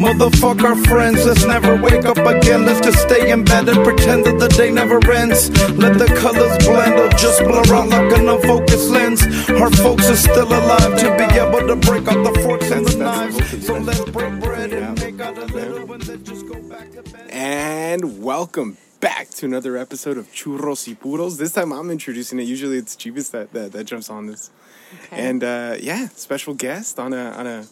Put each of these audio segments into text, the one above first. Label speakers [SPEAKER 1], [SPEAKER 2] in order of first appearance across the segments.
[SPEAKER 1] motherfuck our friends. Let's never wake up again. Let's just stay in bed and pretend that the day never ends. Let the colors blend or just blur out like an unfocused lens. Our folks are still alive to be able to break out the forks and the knives. So let's break bread and make out a little and then just go back to bed.
[SPEAKER 2] And welcome back to another episode of Churros y Puros. This time I'm introducing it. Usually it's Chivas that, that, that jumps on this. And uh, yeah, special guest on a on a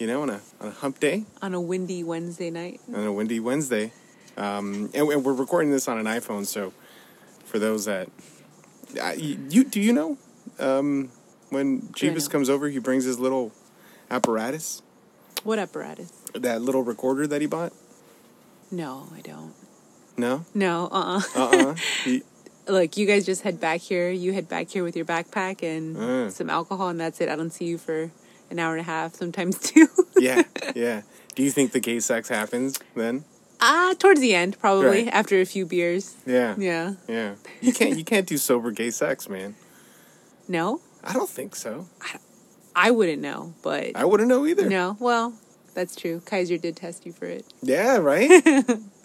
[SPEAKER 2] you know on a on a hump day
[SPEAKER 3] on a windy Wednesday night.
[SPEAKER 2] on a windy Wednesday. Um, and, we- and we're recording this on an iPhone, so for those that I, you do you know um, when
[SPEAKER 3] I
[SPEAKER 2] Jeebus
[SPEAKER 3] know?
[SPEAKER 2] comes over, he brings his little apparatus,
[SPEAKER 3] What apparatus?
[SPEAKER 2] that little recorder that he bought.
[SPEAKER 3] No, I don't.
[SPEAKER 2] No,
[SPEAKER 3] No, uh uh
[SPEAKER 2] uh, uh He-
[SPEAKER 3] Look, you guys just head back here. You head back here with your backpack and
[SPEAKER 2] Mm.
[SPEAKER 3] some alcohol, and that's it. I don't see you for an hour and a half, sometimes two.
[SPEAKER 2] yeah, yeah. Do you think the gay sex happens then?
[SPEAKER 3] Ah, towards the end, probably
[SPEAKER 2] Right.
[SPEAKER 3] after a few beers.
[SPEAKER 2] Yeah.
[SPEAKER 3] Yeah.
[SPEAKER 2] Yeah. You can't you can't do sober gay sex, man.
[SPEAKER 3] No,
[SPEAKER 2] I don't think so.
[SPEAKER 3] I wouldn't know, but
[SPEAKER 2] I wouldn't know either.
[SPEAKER 3] no. Well, that's true. Kaiser did test you for it.
[SPEAKER 2] Yeah, right?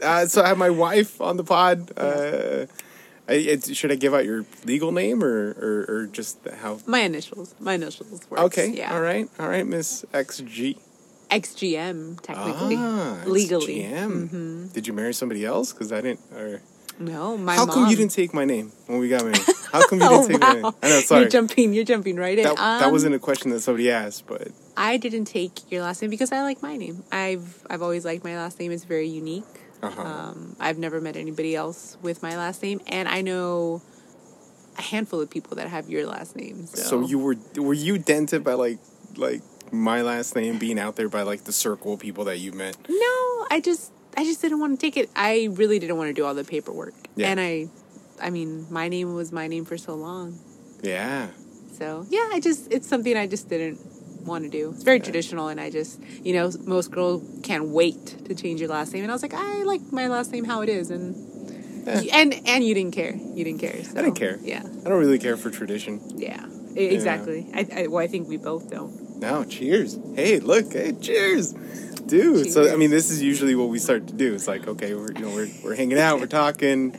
[SPEAKER 2] uh, so I have my wife on the pod. Uh, I, it, should I give out your legal name or, or, or just how?
[SPEAKER 3] My initials. My initials. Works.
[SPEAKER 2] Okay.
[SPEAKER 3] Yeah.
[SPEAKER 2] All right. All right, Miss XG.
[SPEAKER 3] XGM technically,
[SPEAKER 2] Ah, it's
[SPEAKER 3] legally.
[SPEAKER 2] GM. Did you marry somebody else? Because I didn't. Or,
[SPEAKER 3] No, my
[SPEAKER 2] how
[SPEAKER 3] mom.
[SPEAKER 2] come you didn't take my name when we got married? How come you didn't
[SPEAKER 3] Oh,
[SPEAKER 2] take my name?
[SPEAKER 3] wow.
[SPEAKER 2] I know, sorry.
[SPEAKER 3] You're jumping, you're jumping right in.
[SPEAKER 2] that, that
[SPEAKER 3] Um,
[SPEAKER 2] wasn't a question that somebody asked, but
[SPEAKER 3] I didn't take your last name because I like my name. I've I've always liked my last name. It's very unique.
[SPEAKER 2] Uh-huh.
[SPEAKER 3] Um, I've never met anybody else with my last name, and I know a handful of people that have your last name. So,
[SPEAKER 2] So you were were you dented by like like my last name being out there by like the circle of people that you met?
[SPEAKER 3] no, I just I just didn't want to take it. I really didn't want to do all the paperwork,
[SPEAKER 2] Yeah.
[SPEAKER 3] and I, I mean, my name was my name for so long.
[SPEAKER 2] Yeah.
[SPEAKER 3] So yeah, I just it's something I just didn't want to do. It's very traditional, and I just you know most girls can't wait to change your last name, and I was like, I like my last name how it is, and
[SPEAKER 2] Eh.
[SPEAKER 3] and and you didn't care, you didn't care. So,
[SPEAKER 2] I didn't care.
[SPEAKER 3] Yeah,
[SPEAKER 2] I don't really care for tradition.
[SPEAKER 3] yeah, E- exactly. I, I well, I think we both don't.
[SPEAKER 2] No, cheers. Hey, look, hey, cheers. Dude, so I mean this is usually what we start to do. It's like, okay, we're you know, we're we're hanging out, we're talking,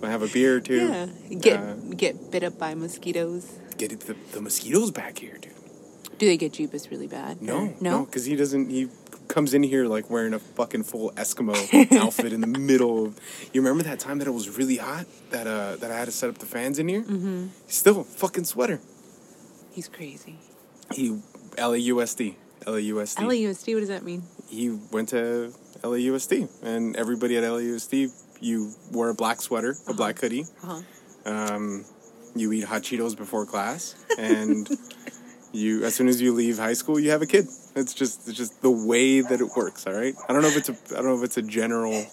[SPEAKER 2] we'll have a beer or two.
[SPEAKER 3] Yeah, get
[SPEAKER 2] Uh,
[SPEAKER 3] get bit up by mosquitoes.
[SPEAKER 2] get it, the, the mosquitoes back here, dude.
[SPEAKER 3] Do they get jeebus really bad?
[SPEAKER 2] No,
[SPEAKER 3] no.
[SPEAKER 2] because he doesn't. He comes in here like wearing a fucking full Eskimo outfit in the middle. of... You remember that time that it was really hot that uh that I had to set up the fans in here? Mm-hmm. Still fucking sweater.
[SPEAKER 3] He's crazy.
[SPEAKER 2] He LAUSD LAUSD.
[SPEAKER 3] LAUSD. What does that mean?
[SPEAKER 2] he went to LAUSD, and everybody at LAUSD, you wore a black sweater, a black hoodie.
[SPEAKER 3] Uh-huh.
[SPEAKER 2] Um, you eat hot Cheetos before class, and you as soon as you leave high school, you have a kid. It's just it's just the way that it works. All right, I don't know if it's a I don't know if it's a general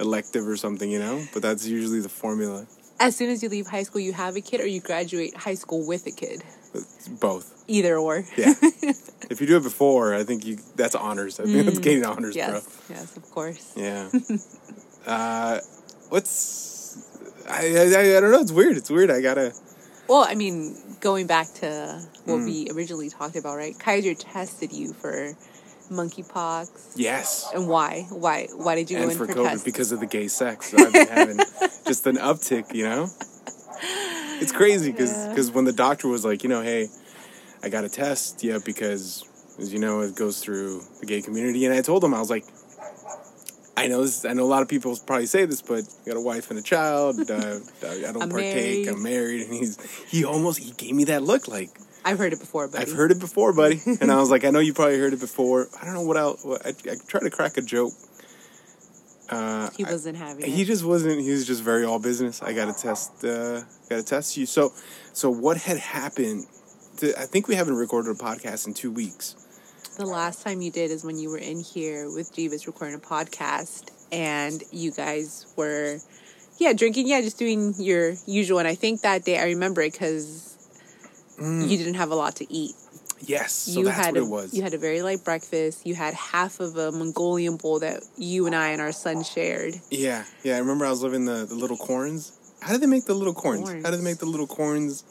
[SPEAKER 2] elective or something, you know, but that's usually the formula.
[SPEAKER 3] As soon as you leave high school, you have a kid, or you graduate high school with a kid.
[SPEAKER 2] It's both,
[SPEAKER 3] Either or.
[SPEAKER 2] yeah. if you do it before, I think you that's honors. I think that's getting honors, bro.
[SPEAKER 3] Yes, yes, of course.
[SPEAKER 2] Yeah. uh, what's I, I I don't know. It's weird. It's weird. I gotta.
[SPEAKER 3] Well, I mean, going back to what we
[SPEAKER 2] Mm.
[SPEAKER 3] originally talked about, right? Kaiser tested you for monkeypox,
[SPEAKER 2] Yes.
[SPEAKER 3] and why? Why? Why did you go
[SPEAKER 2] And
[SPEAKER 3] in
[SPEAKER 2] for
[SPEAKER 3] for,
[SPEAKER 2] COVID
[SPEAKER 3] tests?
[SPEAKER 2] because of the gay sex, that I've been having just an uptick. You know, it's crazy because when the doctor was like, you know, hey, I got a test, yeah, because as you know, it goes through the gay community, and I told him I was like. I know this. I know a lot of people probably say this, but I got a wife and a child. Uh, I I don't
[SPEAKER 3] I'm
[SPEAKER 2] partake.
[SPEAKER 3] married.
[SPEAKER 2] I'm married, and he's he almost he gave me that look like
[SPEAKER 3] I've heard it before, but
[SPEAKER 2] I've heard it before, buddy. And I was like, I know you probably heard it before. I don't know what else. I, I tried to crack a joke.
[SPEAKER 3] he wasn't having
[SPEAKER 2] He
[SPEAKER 3] it.
[SPEAKER 2] just wasn't. He was just very all business. I got to test. Uh, got to test you. So, so what had happened? To, I think we haven't recorded a podcast in two weeks.
[SPEAKER 3] The last time you did is when you were in here with Jeeves recording a podcast, and you guys were, yeah, drinking, yeah, just doing your usual. And I think that day I remember it because
[SPEAKER 2] Mm.
[SPEAKER 3] you didn't have a lot to eat.
[SPEAKER 2] Yes. So
[SPEAKER 3] you
[SPEAKER 2] that's
[SPEAKER 3] had
[SPEAKER 2] what
[SPEAKER 3] a,
[SPEAKER 2] it was.
[SPEAKER 3] You had a very light breakfast. You had half of a Mongolian bowl that you and I and our son shared.
[SPEAKER 2] yeah, yeah. I remember I was living the the little corns. How do they make the little corns? How do
[SPEAKER 3] Corns.
[SPEAKER 2] they make the little corns?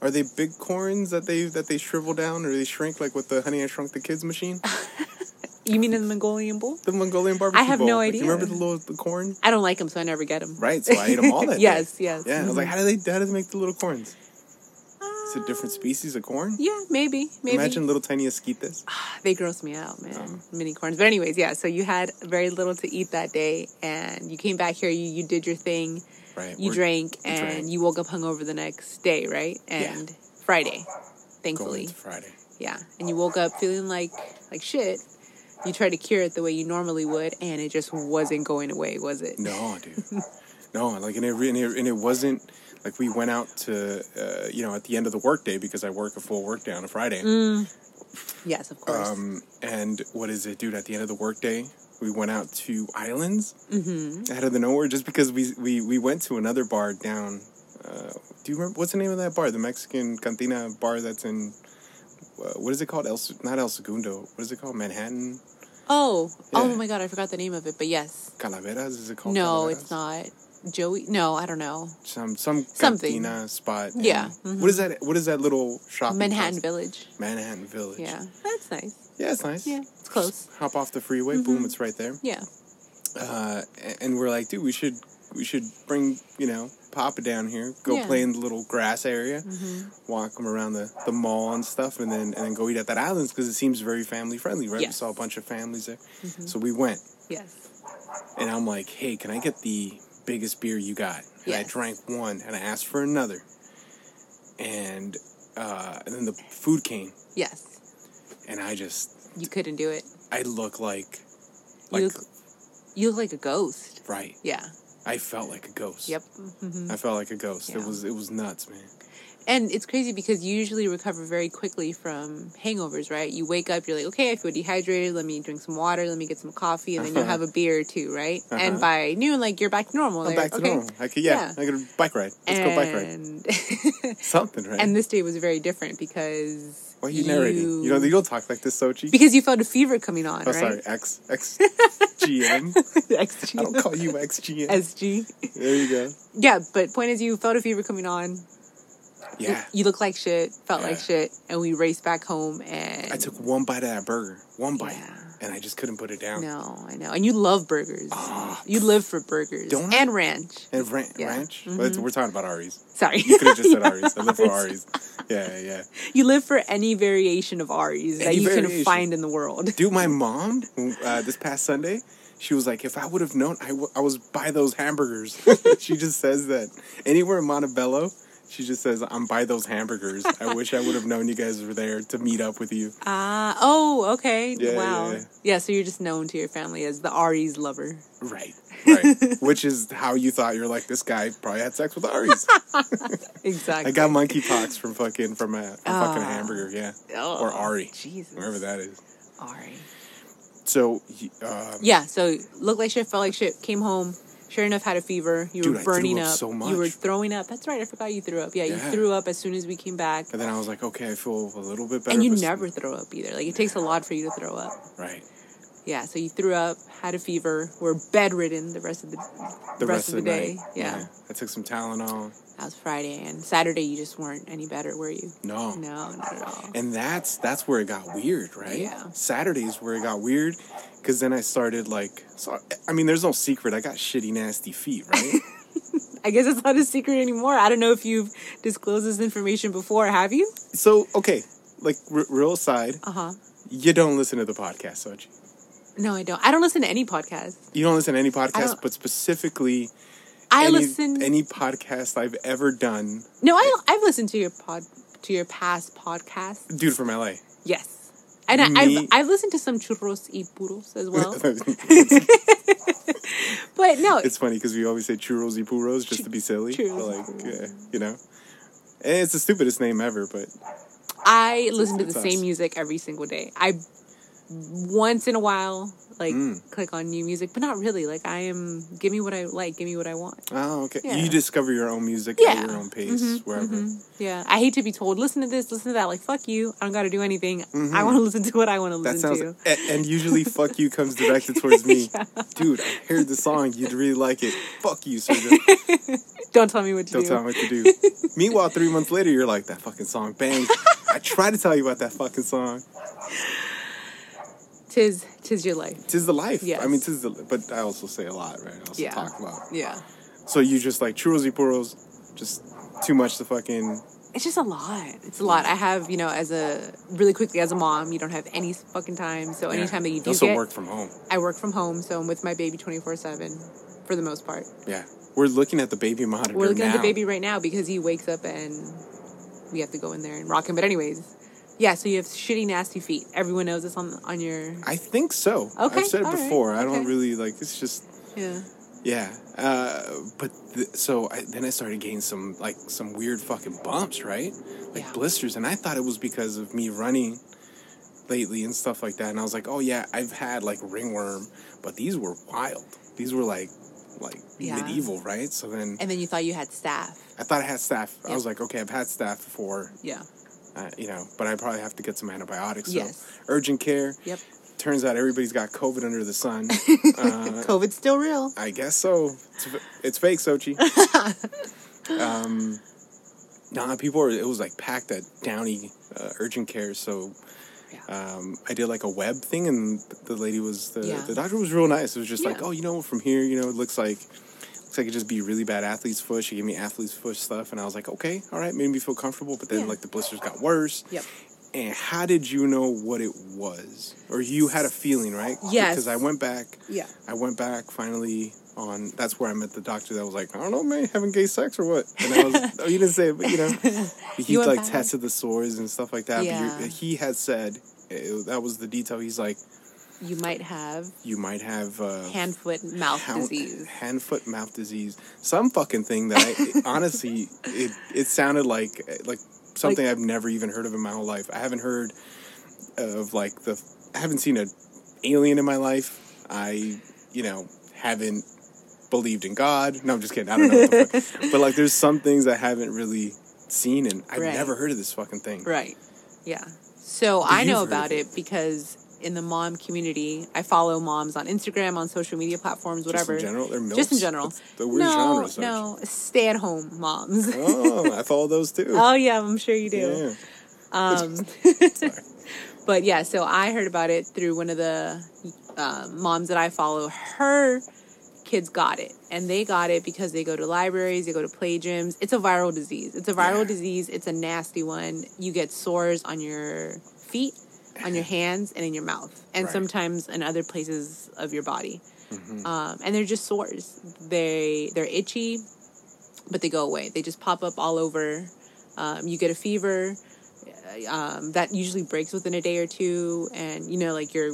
[SPEAKER 2] Are they big corns that they that they shrivel down or they shrink like with the Honey I Shrunk the Kids machine?
[SPEAKER 3] You mean in the Mongolian bowl?
[SPEAKER 2] The Mongolian barbecue.
[SPEAKER 3] I have
[SPEAKER 2] bowl.
[SPEAKER 3] no
[SPEAKER 2] Like,
[SPEAKER 3] idea.
[SPEAKER 2] You remember the little the corn?
[SPEAKER 3] I don't like them, so I never get them.
[SPEAKER 2] Right, so I ate them all that day.
[SPEAKER 3] Yes, yes. Mm-hmm.
[SPEAKER 2] Yeah, I was like, how do they how do they make the little corns? It's a different species of corn.
[SPEAKER 3] Um, Yeah, maybe, maybe.
[SPEAKER 2] Imagine Um, little tiny esquites.
[SPEAKER 3] They gross me out, man. Mini corns. But anyways, yeah. So you had very little to eat that day, and you came back here. You you did your thing.
[SPEAKER 2] Right.
[SPEAKER 3] You
[SPEAKER 2] we're-
[SPEAKER 3] drank,
[SPEAKER 2] we
[SPEAKER 3] and
[SPEAKER 2] drank.
[SPEAKER 3] you woke up hungover the next day, right? And Friday,
[SPEAKER 2] going
[SPEAKER 3] thankfully,
[SPEAKER 2] to Friday.
[SPEAKER 3] yeah. And you woke up feeling like like shit. You tried to cure it the way you normally would, and it just wasn't going away, was it?
[SPEAKER 2] No, dude. no, like, and it, re- and it and it wasn't like we went out to uh, you know at the end of the workday because I work a full workday on a Friday.
[SPEAKER 3] Yes, of course.
[SPEAKER 2] Um, and what is it, dude? At the end of the workday, we went out to islands
[SPEAKER 3] Mm-hmm.
[SPEAKER 2] out of the nowhere just because we we we went to another bar down. Uh, do you remember what's the name of that bar? The Mexican cantina bar that's in. Uh, what is it called? El, Se- not El Segundo. What is it called? Manhattan
[SPEAKER 3] oh,
[SPEAKER 2] yeah.
[SPEAKER 3] oh my God, I forgot the name of it. But yes,
[SPEAKER 2] Calaveras? Is it called?
[SPEAKER 3] no,
[SPEAKER 2] Calaveras?
[SPEAKER 3] it's not Joey. No, I don't know.
[SPEAKER 2] some some
[SPEAKER 3] Something.
[SPEAKER 2] cantina spot.
[SPEAKER 3] Yeah. mm-hmm.
[SPEAKER 2] And what is that? What is that little shop? in
[SPEAKER 3] Manhattan
[SPEAKER 2] Chelsea?
[SPEAKER 3] Village.
[SPEAKER 2] Manhattan Village.
[SPEAKER 3] Yeah, that's nice.
[SPEAKER 2] Yeah, it's nice.
[SPEAKER 3] Yeah, Mm-hmm. it's close.
[SPEAKER 2] Hop off the freeway. Boom, it's right there.
[SPEAKER 3] Yeah.
[SPEAKER 2] Uh, a- and we're like, dude, we should we should bring you know Papa down here. Go
[SPEAKER 3] Yeah. Mm-hmm.
[SPEAKER 2] play in the little grass area. Walk him around the, the mall and stuff, and then and then go eat at that islands because it seems very family friendly, right? We
[SPEAKER 3] Yes. Mm-hmm.
[SPEAKER 2] saw a bunch of families there, so we went.
[SPEAKER 3] Yes.
[SPEAKER 2] And I'm like, hey, can I get the biggest beer you got? And I
[SPEAKER 3] Yes.
[SPEAKER 2] drank one and I asked for another. And, uh, and then the food came
[SPEAKER 3] Yes.
[SPEAKER 2] and I just,
[SPEAKER 3] You couldn't do it.
[SPEAKER 2] I look like,
[SPEAKER 3] You
[SPEAKER 2] like,
[SPEAKER 3] look, you look like a ghost.
[SPEAKER 2] right.
[SPEAKER 3] Yeah.
[SPEAKER 2] I felt like a ghost.
[SPEAKER 3] Yep. Mm-hmm.
[SPEAKER 2] I felt like a ghost. It
[SPEAKER 3] Yeah.
[SPEAKER 2] was, it was nuts, man.
[SPEAKER 3] And it's crazy because you usually recover very quickly from hangovers, right? You wake up, you're like, okay, I feel dehydrated. Let me drink some water. Let me get some coffee, and then you'll have a beer or two, right? And by noon, like you're back to normal.
[SPEAKER 2] Uh-huh. I'm
[SPEAKER 3] Like,
[SPEAKER 2] back to
[SPEAKER 3] okay.
[SPEAKER 2] normal. I could, yeah, I could bike ride. Let's go bike ride.
[SPEAKER 3] and,
[SPEAKER 2] Something, right?
[SPEAKER 3] and this day was very different because
[SPEAKER 2] Why are you, narrating? You know, you don't talk like this, Sochi.
[SPEAKER 3] because you felt a fever coming on,
[SPEAKER 2] oh,
[SPEAKER 3] right?
[SPEAKER 2] sorry. X, X, GM. I don't
[SPEAKER 3] XG.
[SPEAKER 2] call you XGM.
[SPEAKER 3] SG.
[SPEAKER 2] there you go.
[SPEAKER 3] Yeah, but point is, you felt a fever coming on.
[SPEAKER 2] Yeah.
[SPEAKER 3] You look like shit, felt like
[SPEAKER 2] Yeah.
[SPEAKER 3] shit, and we raced back home. And
[SPEAKER 2] I took one bite of that burger, one bite,
[SPEAKER 3] Yeah.
[SPEAKER 2] and I just couldn't put it down.
[SPEAKER 3] no, I know, and you love burgers. you live for burgers
[SPEAKER 2] Ah. Don't I?
[SPEAKER 3] and ranch.
[SPEAKER 2] And ran-
[SPEAKER 3] Yeah. Mm-hmm.
[SPEAKER 2] ranch? Well, that's- We're talking about Ari's.
[SPEAKER 3] Sorry,
[SPEAKER 2] You could have just said
[SPEAKER 3] Yeah,
[SPEAKER 2] Ari's. I live for Ari's. Yeah, yeah, yeah.
[SPEAKER 3] You live for any variation of Aries that
[SPEAKER 2] Any
[SPEAKER 3] you
[SPEAKER 2] variation.
[SPEAKER 3] can find in the world.
[SPEAKER 2] Dude, my mom uh, this past Sunday, she was like, "If I would have known, I, w- I was by those hamburgers." she just says that anywhere in Montebello, she just says, "I'm by those hamburgers." I wish I would have known you guys were there to meet up with you.
[SPEAKER 3] Ah, oh, okay,
[SPEAKER 2] Yeah,
[SPEAKER 3] wow,
[SPEAKER 2] yeah,
[SPEAKER 3] yeah,
[SPEAKER 2] yeah.
[SPEAKER 3] So you're just known to your family as the Aries lover.
[SPEAKER 2] Right, right. Which is how you thought you're like this guy probably had sex with Ari's. I
[SPEAKER 3] Exactly.
[SPEAKER 2] got monkeypox from fucking from a from fucking a
[SPEAKER 3] Ah.
[SPEAKER 2] hamburger, yeah,
[SPEAKER 3] Oh,
[SPEAKER 2] or Ari,
[SPEAKER 3] Jesus.
[SPEAKER 2] wherever that is.
[SPEAKER 3] Ari.
[SPEAKER 2] So, he- um,
[SPEAKER 3] Yeah, so looked like shit, felt like shit, came home. Sure enough, had a fever. You
[SPEAKER 2] Dude, I
[SPEAKER 3] were
[SPEAKER 2] threw
[SPEAKER 3] burning
[SPEAKER 2] up
[SPEAKER 3] up.
[SPEAKER 2] so much.
[SPEAKER 3] You were throwing up. That's right. I forgot you threw up. Yeah,
[SPEAKER 2] Yeah.
[SPEAKER 3] you threw up as soon as we came back.
[SPEAKER 2] and then I was like, okay, I feel a little bit better.
[SPEAKER 3] And you
[SPEAKER 2] but-
[SPEAKER 3] never throw up either. Like it takes a lot for you to throw up.
[SPEAKER 2] right
[SPEAKER 3] Yeah, so you threw up, had a fever, were bedridden the rest of the,
[SPEAKER 2] the rest, of the,
[SPEAKER 3] day.
[SPEAKER 2] night.
[SPEAKER 3] Yeah.
[SPEAKER 2] I took some Tylenol.
[SPEAKER 3] that was Friday and Saturday. You just weren't any better, were you?
[SPEAKER 2] No,
[SPEAKER 3] No, not at all.
[SPEAKER 2] and that's that's where it got weird, right?
[SPEAKER 3] Yeah.
[SPEAKER 2] Saturdays where it got weird, because then I started like, so I mean, there's no secret. I got shitty, nasty feet, right?
[SPEAKER 3] I guess it's not a secret anymore. I don't know if you've disclosed this information before. Have you?
[SPEAKER 2] so okay, like r- real aside,
[SPEAKER 3] Uh huh.
[SPEAKER 2] you don't listen to the podcast, Sochi.
[SPEAKER 3] No, I don't. I don't listen to any podcast.
[SPEAKER 2] You don't listen to any
[SPEAKER 3] I
[SPEAKER 2] podcast,
[SPEAKER 3] don't-
[SPEAKER 2] but specifically
[SPEAKER 3] I
[SPEAKER 2] any,
[SPEAKER 3] listen.
[SPEAKER 2] any podcast I've ever done,
[SPEAKER 3] No, I, I've listened to your pod to your past podcasts.
[SPEAKER 2] dude from LA.
[SPEAKER 3] Yes, and I,
[SPEAKER 2] Me-
[SPEAKER 3] I've I've listened to some churros y puros as well. but no,
[SPEAKER 2] it's funny because we always say churros y puros just to be silly.
[SPEAKER 3] churros
[SPEAKER 2] But,
[SPEAKER 3] y
[SPEAKER 2] like, uh, you know, and it's the stupidest name ever, but
[SPEAKER 3] I listen to the
[SPEAKER 2] it's us.
[SPEAKER 3] same music every single day. I once in a while like
[SPEAKER 2] Mm.
[SPEAKER 3] click on new music, but not really. Like I am, give me what I like, give me what I want.
[SPEAKER 2] oh, okay.
[SPEAKER 3] Yeah.
[SPEAKER 2] You discover your own music
[SPEAKER 3] Yeah. Mm-hmm.
[SPEAKER 2] at your own pace, wherever.
[SPEAKER 3] Yeah, I hate to be told listen to this, listen to that. Like fuck you, I don't got to do anything. I want to listen to what I want to
[SPEAKER 2] Mm-hmm. That
[SPEAKER 3] listen
[SPEAKER 2] sounds,
[SPEAKER 3] to.
[SPEAKER 2] and, and usually "fuck you" comes directed towards me, dude. I heard the song, you'd really like it. Fuck you, Sergio.
[SPEAKER 3] Don't tell me what to
[SPEAKER 2] Don't
[SPEAKER 3] do.
[SPEAKER 2] tell me what to do. Meanwhile, three months later, you're like that fucking song bangs. I tried to tell you about that fucking song.
[SPEAKER 3] Tis tis your life.
[SPEAKER 2] Tis the life.
[SPEAKER 3] Yes.
[SPEAKER 2] I mean, tis the. But I also say a lot, right? I also
[SPEAKER 3] Yeah.
[SPEAKER 2] talk a lot.
[SPEAKER 3] Yeah.
[SPEAKER 2] So you just like churros y puros, just too much to fucking.
[SPEAKER 3] It's just a lot. It's a lot. I have, you know, as a really quickly as a mom, you don't have any fucking time. So
[SPEAKER 2] Yeah.
[SPEAKER 3] anytime that you do
[SPEAKER 2] also
[SPEAKER 3] get,
[SPEAKER 2] work from home.
[SPEAKER 3] I work from home, so I'm with my baby 24 seven for the most part.
[SPEAKER 2] Yeah, we're looking at the baby monitor.
[SPEAKER 3] We're looking at the
[SPEAKER 2] now.
[SPEAKER 3] baby right now because he wakes up and we have to go in there and rock him. But anyways, yeah. So you have shitty, nasty feet. Everyone knows this on on your
[SPEAKER 2] I think so.
[SPEAKER 3] Okay,
[SPEAKER 2] I've said it
[SPEAKER 3] all right,
[SPEAKER 2] before. I don't
[SPEAKER 3] okay.
[SPEAKER 2] really like. It's just
[SPEAKER 3] yeah.
[SPEAKER 2] yeah. Uh, but th- so I, then I started getting some like some weird fucking bumps, right? Like
[SPEAKER 3] Yeah.
[SPEAKER 2] blisters, and I thought it was because of me running lately and stuff like that. And I was like, oh yeah, I've had like ringworm, but these were wild. These were like like
[SPEAKER 3] Yeah.
[SPEAKER 2] medieval, right? So then
[SPEAKER 3] And then you thought you had staff.
[SPEAKER 2] I thought I had staph. I
[SPEAKER 3] Yeah.
[SPEAKER 2] was like, okay, I've had staph before,
[SPEAKER 3] Yeah.
[SPEAKER 2] uh, you know, but I probably have to get some antibiotics. So
[SPEAKER 3] Yes.
[SPEAKER 2] urgent care.
[SPEAKER 3] Yep.
[SPEAKER 2] Turns out everybody's got COVID under the sun. uh,
[SPEAKER 3] COVID's still real.
[SPEAKER 2] I guess so. It's, f- it's fake, Sochi. um, nah, people were, it was like packed at Downey uh, Urgent Care. So
[SPEAKER 3] Yeah.
[SPEAKER 2] um, I did like a web thing, and the lady was, the,
[SPEAKER 3] Yeah.
[SPEAKER 2] the doctor was real nice. It was just like,
[SPEAKER 3] Yeah.
[SPEAKER 2] oh, you know, from here, you know, it looks like. Looks like it just be really bad athlete's foot. She gave me athlete's foot stuff, and I was like, okay, all right, made me feel comfortable. But then,
[SPEAKER 3] Yeah.
[SPEAKER 2] like, the blisters got worse.
[SPEAKER 3] Yep.
[SPEAKER 2] And how did you know what it was? Or you had a feeling, right?
[SPEAKER 3] Yes.
[SPEAKER 2] Because I went back.
[SPEAKER 3] Yeah.
[SPEAKER 2] I went back finally on. That's where I met the doctor that was like, I don't know, man, having gay sex or what? And I was, oh, you didn't say it, but you know, he
[SPEAKER 3] You went
[SPEAKER 2] like
[SPEAKER 3] back.
[SPEAKER 2] tested the sores and stuff like that. But
[SPEAKER 3] Yeah.
[SPEAKER 2] you, he had said it, that was the detail. He's like,
[SPEAKER 3] You might have
[SPEAKER 2] you might have uh,
[SPEAKER 3] hand, foot, mouth
[SPEAKER 2] hand-
[SPEAKER 3] disease.
[SPEAKER 2] hand, foot, mouth disease, some fucking thing that I honestly, it it sounded like like something I've never even heard of in my whole life. I haven't heard of like the, I haven't seen an alien in my life. I, you know, haven't believed in God. No, I'm just kidding. I don't know. What the fuck. But like, there's some things I haven't really seen, and I've
[SPEAKER 3] Right.
[SPEAKER 2] never heard of this fucking thing.
[SPEAKER 3] Right. Yeah. So
[SPEAKER 2] But
[SPEAKER 3] I
[SPEAKER 2] you've
[SPEAKER 3] know
[SPEAKER 2] heard
[SPEAKER 3] about
[SPEAKER 2] of it.
[SPEAKER 3] it. because in the mom community, I follow moms on Instagram, on social media platforms,
[SPEAKER 2] Just
[SPEAKER 3] whatever.
[SPEAKER 2] in general, or milfs?
[SPEAKER 3] Just in general.
[SPEAKER 2] That's the weird
[SPEAKER 3] no,
[SPEAKER 2] genre. so-
[SPEAKER 3] no, stay at home moms. Oh.
[SPEAKER 2] Oh, I follow those too.
[SPEAKER 3] yeah, I'm sure you do.
[SPEAKER 2] yeah.
[SPEAKER 3] Um, but yeah, so I heard about it through one of the uh, moms that I follow. Her kids got it, and they got it because they go to libraries, they go to play gyms. It's a viral disease. It's a viral
[SPEAKER 2] Yeah.
[SPEAKER 3] disease. It's a nasty one. You get sores on your feet, on your hands, and in your mouth,
[SPEAKER 2] Right.
[SPEAKER 3] and
[SPEAKER 2] Mm-hmm.
[SPEAKER 3] sometimes in other places of your body. Um, and they're just sores. They they're itchy but they go away. They just pop up all over. Um, you get a fever um, that usually breaks within a day or two, and you know, like you're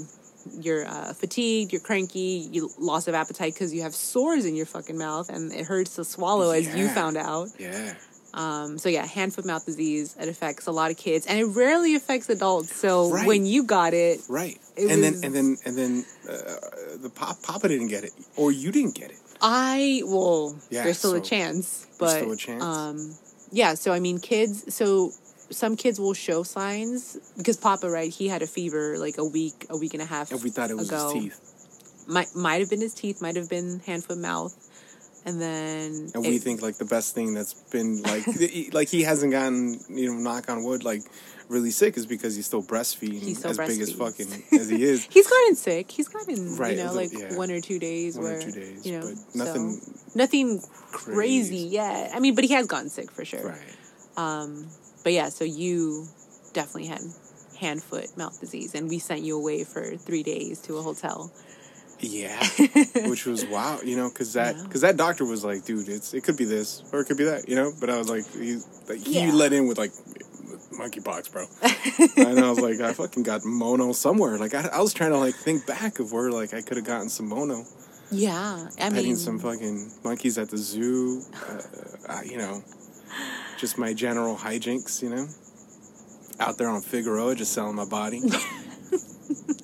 [SPEAKER 3] you're uh, fatigued, you're cranky, you loss of appetite because you have sores in your fucking mouth, and it hurts to swallow, as you
[SPEAKER 2] Yeah.
[SPEAKER 3] found out.
[SPEAKER 2] Yeah.
[SPEAKER 3] Um, so yeah, hand foot mouth disease. It affects a lot of kids, and it rarely affects adults. So
[SPEAKER 2] Right.
[SPEAKER 3] when you got it,
[SPEAKER 2] Right.
[SPEAKER 3] It
[SPEAKER 2] and
[SPEAKER 3] was-
[SPEAKER 2] then and then and then uh, the pop Papa didn't get it, or you didn't get it.
[SPEAKER 3] I well,
[SPEAKER 2] Yeah,
[SPEAKER 3] there's still a
[SPEAKER 2] so
[SPEAKER 3] chance, but
[SPEAKER 2] there's still a chance.
[SPEAKER 3] um, yeah. So I mean, kids. So some kids will show signs because Papa, right? He had a fever like a week, a week and a half.
[SPEAKER 2] And we thought it was
[SPEAKER 3] ago.
[SPEAKER 2] his teeth,
[SPEAKER 3] Might might have been his teeth. Might have been hand, foot, mouth, and then
[SPEAKER 2] and
[SPEAKER 3] it-
[SPEAKER 2] we think like the best thing that's been like he- like he hasn't gotten you know knock on wood like really sick is because he's still breastfeeding
[SPEAKER 3] He still
[SPEAKER 2] as big as
[SPEAKER 3] breastfeeds.
[SPEAKER 2] fucking as he is.
[SPEAKER 3] He's gotten sick. He's gotten
[SPEAKER 2] Right,
[SPEAKER 3] you know
[SPEAKER 2] the-
[SPEAKER 3] like
[SPEAKER 2] yeah.
[SPEAKER 3] one or two days
[SPEAKER 2] One or
[SPEAKER 3] where
[SPEAKER 2] two days,
[SPEAKER 3] you know
[SPEAKER 2] but
[SPEAKER 3] so-
[SPEAKER 2] nothing
[SPEAKER 3] nothing crazy
[SPEAKER 2] crazy.
[SPEAKER 3] yet. I mean, but he has gotten sick for sure.
[SPEAKER 2] right.
[SPEAKER 3] Um, but yeah, so you definitely had hand, foot, mouth disease, and we sent you away for three days to a hotel.
[SPEAKER 2] Yeah, which was wow, you know, because that
[SPEAKER 3] Yeah.
[SPEAKER 2] because that doctor was like, dude, it's it could be this or it could be that, you know. But I was like, he like, he
[SPEAKER 3] Yeah.
[SPEAKER 2] let in with like monkeypox, bro, and I was like, I fucking got mono somewhere. Like I, I was trying to like think back of where like I could have gotten some mono,
[SPEAKER 3] Yeah, I
[SPEAKER 2] petting
[SPEAKER 3] mean,
[SPEAKER 2] some fucking monkeys at the zoo, uh, uh, you know, just my general hijinks, you know, out there on Figueroa, just selling my body.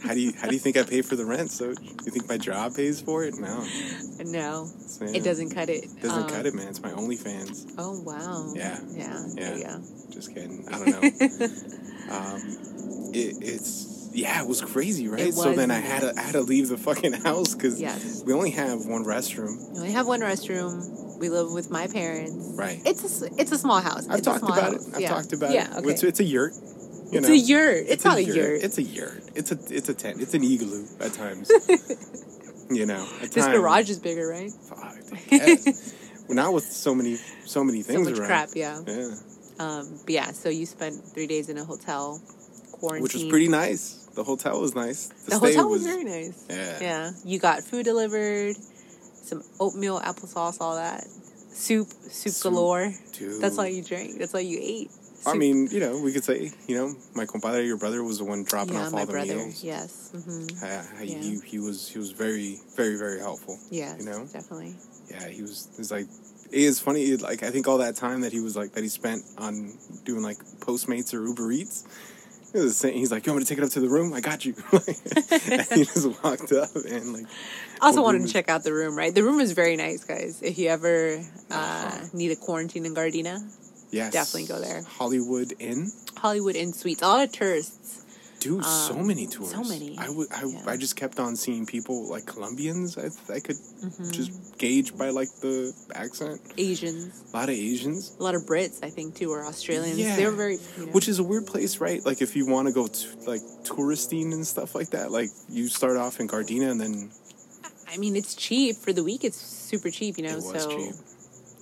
[SPEAKER 2] How do you how do you think I pay for the rent? So you think my job pays for it? No.
[SPEAKER 3] no,
[SPEAKER 2] So, yeah.
[SPEAKER 3] it doesn't cut it.
[SPEAKER 2] Doesn't
[SPEAKER 3] Um,
[SPEAKER 2] cut it, man. It's my OnlyFans.
[SPEAKER 3] Oh wow.
[SPEAKER 2] Yeah.
[SPEAKER 3] Yeah.
[SPEAKER 2] Yeah.
[SPEAKER 3] Yeah. yeah.
[SPEAKER 2] Just kidding. I don't know. um, it, it's yeah, it was crazy, right?
[SPEAKER 3] It
[SPEAKER 2] so
[SPEAKER 3] was
[SPEAKER 2] then I had to I had to leave the fucking house because
[SPEAKER 3] Yes.
[SPEAKER 2] we only have one restroom.
[SPEAKER 3] We only have one restroom. We live with my parents.
[SPEAKER 2] Right.
[SPEAKER 3] It's a s- it's a small house.
[SPEAKER 2] I've
[SPEAKER 3] It's a
[SPEAKER 2] talked
[SPEAKER 3] small
[SPEAKER 2] about it.
[SPEAKER 3] house.
[SPEAKER 2] I've
[SPEAKER 3] Yeah.
[SPEAKER 2] talked about
[SPEAKER 3] yeah,
[SPEAKER 2] it.
[SPEAKER 3] Okay.
[SPEAKER 2] It's, it's a yurt. You
[SPEAKER 3] It's
[SPEAKER 2] know?
[SPEAKER 3] a yurt. It's, not a yurt.
[SPEAKER 2] It's a yurt. It's a it's a tent. It's an igloo at times. you know, at
[SPEAKER 3] this
[SPEAKER 2] times.
[SPEAKER 3] garage is bigger, right?
[SPEAKER 2] Fuck, I guess. well, not with so many so many things
[SPEAKER 3] much
[SPEAKER 2] around.
[SPEAKER 3] crap, yeah.
[SPEAKER 2] Yeah,
[SPEAKER 3] Um, but yeah, so you spent three days in a hotel quarantine,
[SPEAKER 2] which was pretty nice. The hotel was nice.
[SPEAKER 3] The hotel was very nice.
[SPEAKER 2] Yeah.
[SPEAKER 3] yeah. You got food delivered, some oatmeal, applesauce, all that soup, soup,
[SPEAKER 2] Soup,
[SPEAKER 3] galore.
[SPEAKER 2] dude.
[SPEAKER 3] That's all you drank. That's all you ate.
[SPEAKER 2] I
[SPEAKER 3] Soup.
[SPEAKER 2] mean, you know, we could say, you know, my compadre, your brother, was the one dropping
[SPEAKER 3] yeah,
[SPEAKER 2] off
[SPEAKER 3] my
[SPEAKER 2] all the
[SPEAKER 3] brother.
[SPEAKER 2] meals.
[SPEAKER 3] Yes, hmm
[SPEAKER 2] Yeah,
[SPEAKER 3] Yeah.
[SPEAKER 2] He, he was he was very very very helpful.
[SPEAKER 3] yes,
[SPEAKER 2] you know,
[SPEAKER 3] definitely.
[SPEAKER 2] yeah, he was. It was like it is funny. it- Like I think all that time that he was like that he spent on doing like Postmates or Uber Eats. It was saying he's like, "You want me to take it up to the room? I got you." and he just walked up and like,
[SPEAKER 3] Also
[SPEAKER 2] Well, room
[SPEAKER 3] wanted to
[SPEAKER 2] is-
[SPEAKER 3] check out the room. Right, the room is very nice, guys. If you
[SPEAKER 2] Oh,
[SPEAKER 3] ever uh, need a quarantine in Gardena,
[SPEAKER 2] yes,
[SPEAKER 3] Definitely go there.
[SPEAKER 2] Hollywood Inn,
[SPEAKER 3] Hollywood Inn Suites, a lot of tourists.
[SPEAKER 2] dude. so many tours.
[SPEAKER 3] Um, many.
[SPEAKER 2] I would. I,
[SPEAKER 3] Yeah.
[SPEAKER 2] I just kept on seeing people like Colombians. I I could
[SPEAKER 3] Mm-hmm.
[SPEAKER 2] just gauge by like the accent.
[SPEAKER 3] Asians,
[SPEAKER 2] A lot of Asians.
[SPEAKER 3] a lot of Brits, I think too, or Australians. They were very, you know,
[SPEAKER 2] Which is a weird place, right? Like if you want to go t- like touristing and stuff like that, like you start off in Gardena and then
[SPEAKER 3] I mean, it's cheap for the week. It's super cheap, you know.
[SPEAKER 2] it was
[SPEAKER 3] so
[SPEAKER 2] cheap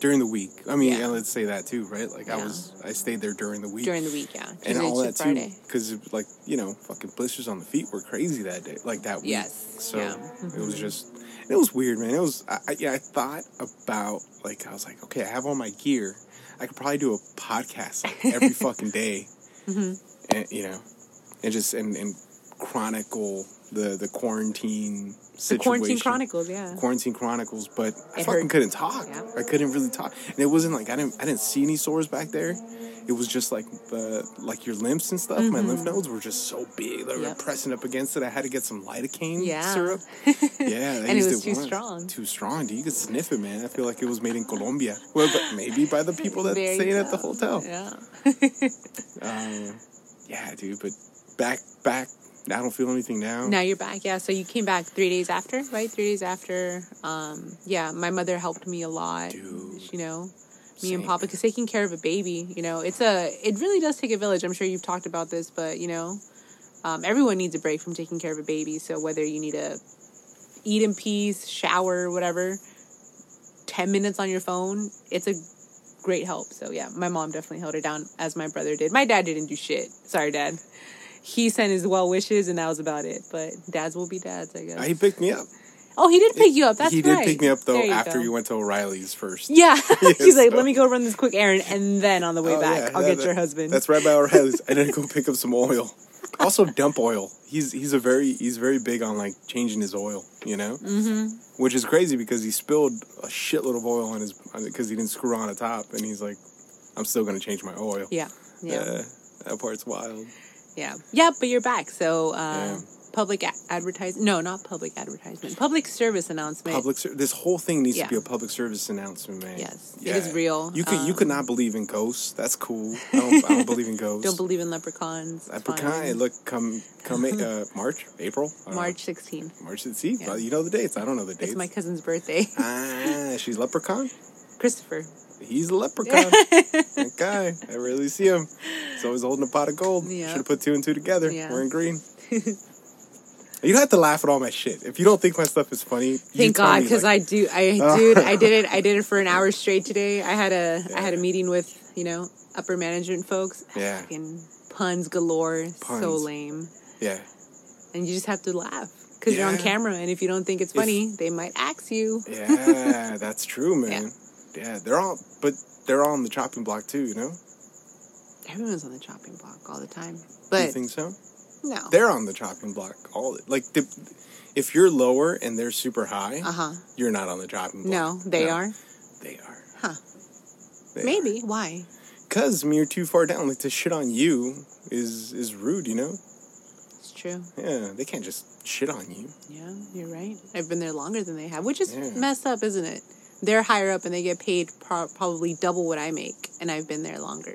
[SPEAKER 2] during the week. I mean,
[SPEAKER 3] Yeah.
[SPEAKER 2] yeah, let's say that too, right? Like I
[SPEAKER 3] Yeah.
[SPEAKER 2] was, I stayed there during the week
[SPEAKER 3] during the week, yeah,
[SPEAKER 2] and
[SPEAKER 3] Tuesday
[SPEAKER 2] all
[SPEAKER 3] to
[SPEAKER 2] that too,
[SPEAKER 3] Friday.
[SPEAKER 2] because like you know, fucking blisters on the feet were crazy that day, like that week.
[SPEAKER 3] Yes,
[SPEAKER 2] so
[SPEAKER 3] yeah. Mm-hmm.
[SPEAKER 2] it was just, it was weird, man. It was, I, I, yeah, I thought about like I was like, okay, I have all my gear, I could probably do a podcast like, every fucking day,
[SPEAKER 3] Mm-hmm.
[SPEAKER 2] and you know, and just and and chronicle the the quarantine
[SPEAKER 3] The
[SPEAKER 2] situation.
[SPEAKER 3] quarantine chronicles, yeah.
[SPEAKER 2] Quarantine Chronicles, but I fucking
[SPEAKER 3] It hurt.
[SPEAKER 2] couldn't talk.
[SPEAKER 3] Yeah.
[SPEAKER 2] I couldn't really talk, and it wasn't like I didn't I didn't see any sores back there. It was just like uh, like your lymphs and stuff. My lymph nodes were just so big; they were
[SPEAKER 3] Mm-hmm. Yep.
[SPEAKER 2] pressing up against it. I had to get some lidocaine
[SPEAKER 3] Yeah.
[SPEAKER 2] syrup. Yeah, I
[SPEAKER 3] it
[SPEAKER 2] used
[SPEAKER 3] was too
[SPEAKER 2] once.
[SPEAKER 3] strong.
[SPEAKER 2] Too strong. dude. You could sniff it, man. I feel like it was made in Colombia. Well, but maybe by the people that
[SPEAKER 3] There you
[SPEAKER 2] stayed at the
[SPEAKER 3] go.
[SPEAKER 2] hotel.
[SPEAKER 3] Yeah.
[SPEAKER 2] Yeah, dude. But back back, I don't feel anything now.
[SPEAKER 3] Now you're back, yeah. So you came back three days after, right? Three days after. Um, yeah, my mother helped me a lot.
[SPEAKER 2] Dude.
[SPEAKER 3] You know, me
[SPEAKER 2] Same.
[SPEAKER 3] and Papa, because taking care of a baby, you know, it's a, it really does take a village. I'm sure you've talked about this, but you know, um, everyone needs a break from taking care of a baby. So whether you need to eat in peace, shower, whatever, ten minutes on your phone, it's a great help. So yeah, my mom definitely held it down as my brother did. My dad didn't do shit. Sorry, dad. He sent his well wishes and that was about it. But dads will be dads, I guess.
[SPEAKER 2] Uh, He picked me up.
[SPEAKER 3] oh, he did pick you up. That's
[SPEAKER 2] he
[SPEAKER 3] right.
[SPEAKER 2] did pick me up though
[SPEAKER 3] There
[SPEAKER 2] after
[SPEAKER 3] go.
[SPEAKER 2] you went to O'Reilly's first.
[SPEAKER 3] Yeah, he's like,
[SPEAKER 2] so-
[SPEAKER 3] let me go run this quick errand, and then on the way
[SPEAKER 2] Oh,
[SPEAKER 3] back,
[SPEAKER 2] yeah,
[SPEAKER 3] I'll
[SPEAKER 2] yeah,
[SPEAKER 3] get
[SPEAKER 2] that-
[SPEAKER 3] your husband.
[SPEAKER 2] That's right by O'Reilly's. I didn't go pick up some oil. Also, dump oil. He's he's a very he's very big on like changing his oil. You know, mm-hmm. which is crazy because he spilled a shitload of oil on his because he didn't screw on the top, and he's like, I'm still gonna change my oil.
[SPEAKER 3] yeah, yeah,
[SPEAKER 2] Uh, that part's wild.
[SPEAKER 3] yeah, yeah. But you're back, so uh,
[SPEAKER 2] Yeah.
[SPEAKER 3] public a- advertisement. No, not public advertisement. Public service announcement.
[SPEAKER 2] Public ser- this whole thing needs
[SPEAKER 3] Yeah.
[SPEAKER 2] to be a public service announcement, man.
[SPEAKER 3] Yes, it is real. Um,
[SPEAKER 2] You could you could not believe in ghosts. That's cool. I don't, I don't believe in ghosts.
[SPEAKER 3] Don't believe in leprechauns.
[SPEAKER 2] I uh,
[SPEAKER 3] It's fine.
[SPEAKER 2] look come come uh, March April I don't know.
[SPEAKER 3] March 16th.
[SPEAKER 2] March the see,
[SPEAKER 3] Yeah.
[SPEAKER 2] you know the dates. I don't know the dates.
[SPEAKER 3] It's my cousin's birthday.
[SPEAKER 2] ah, she's leprechaun.
[SPEAKER 3] Christopher.
[SPEAKER 2] He's a leprechaun. that guy. I really see him. He's always holding a pot of gold.
[SPEAKER 3] Yeah.
[SPEAKER 2] Should have put two and two together.
[SPEAKER 3] Yeah.
[SPEAKER 2] We're in green. you don't have to laugh at all my shit. If you don't think my stuff is funny,
[SPEAKER 3] Thank God, because I do. I dude, I did it. I did it for an hour straight today. I had a I had a
[SPEAKER 2] Yeah.
[SPEAKER 3] meeting with you know upper management folks.
[SPEAKER 2] Yeah.
[SPEAKER 3] Fucking puns galore. So
[SPEAKER 2] Puns.
[SPEAKER 3] lame.
[SPEAKER 2] yeah.
[SPEAKER 3] And you just have to laugh because you're on
[SPEAKER 2] Yeah.
[SPEAKER 3] camera, and if you don't think it's funny, they might axe you.
[SPEAKER 2] Yeah, that's true, man. Yeah. they're all, but they're all on the chopping block too. You know,
[SPEAKER 3] Everyone's on the chopping block all the time,
[SPEAKER 2] do you
[SPEAKER 3] but
[SPEAKER 2] think so?
[SPEAKER 3] no.
[SPEAKER 2] They're on the chopping block. All like, the, if you're lower and they're super high,
[SPEAKER 3] Uh huh.
[SPEAKER 2] you're not on the chopping block.
[SPEAKER 3] No, they are.
[SPEAKER 2] They are.
[SPEAKER 3] Huh. Maybe. Why?
[SPEAKER 2] Because when you're too far down, like to shit on you is is rude, you know?
[SPEAKER 3] It's true.
[SPEAKER 2] Yeah, they can't just shit on you.
[SPEAKER 3] Yeah, you're right. I've been there longer than they have, which is
[SPEAKER 2] Yeah.
[SPEAKER 3] messed up, isn't it? They're higher up and they get paid pro- probably double what I make, and I've been there longer.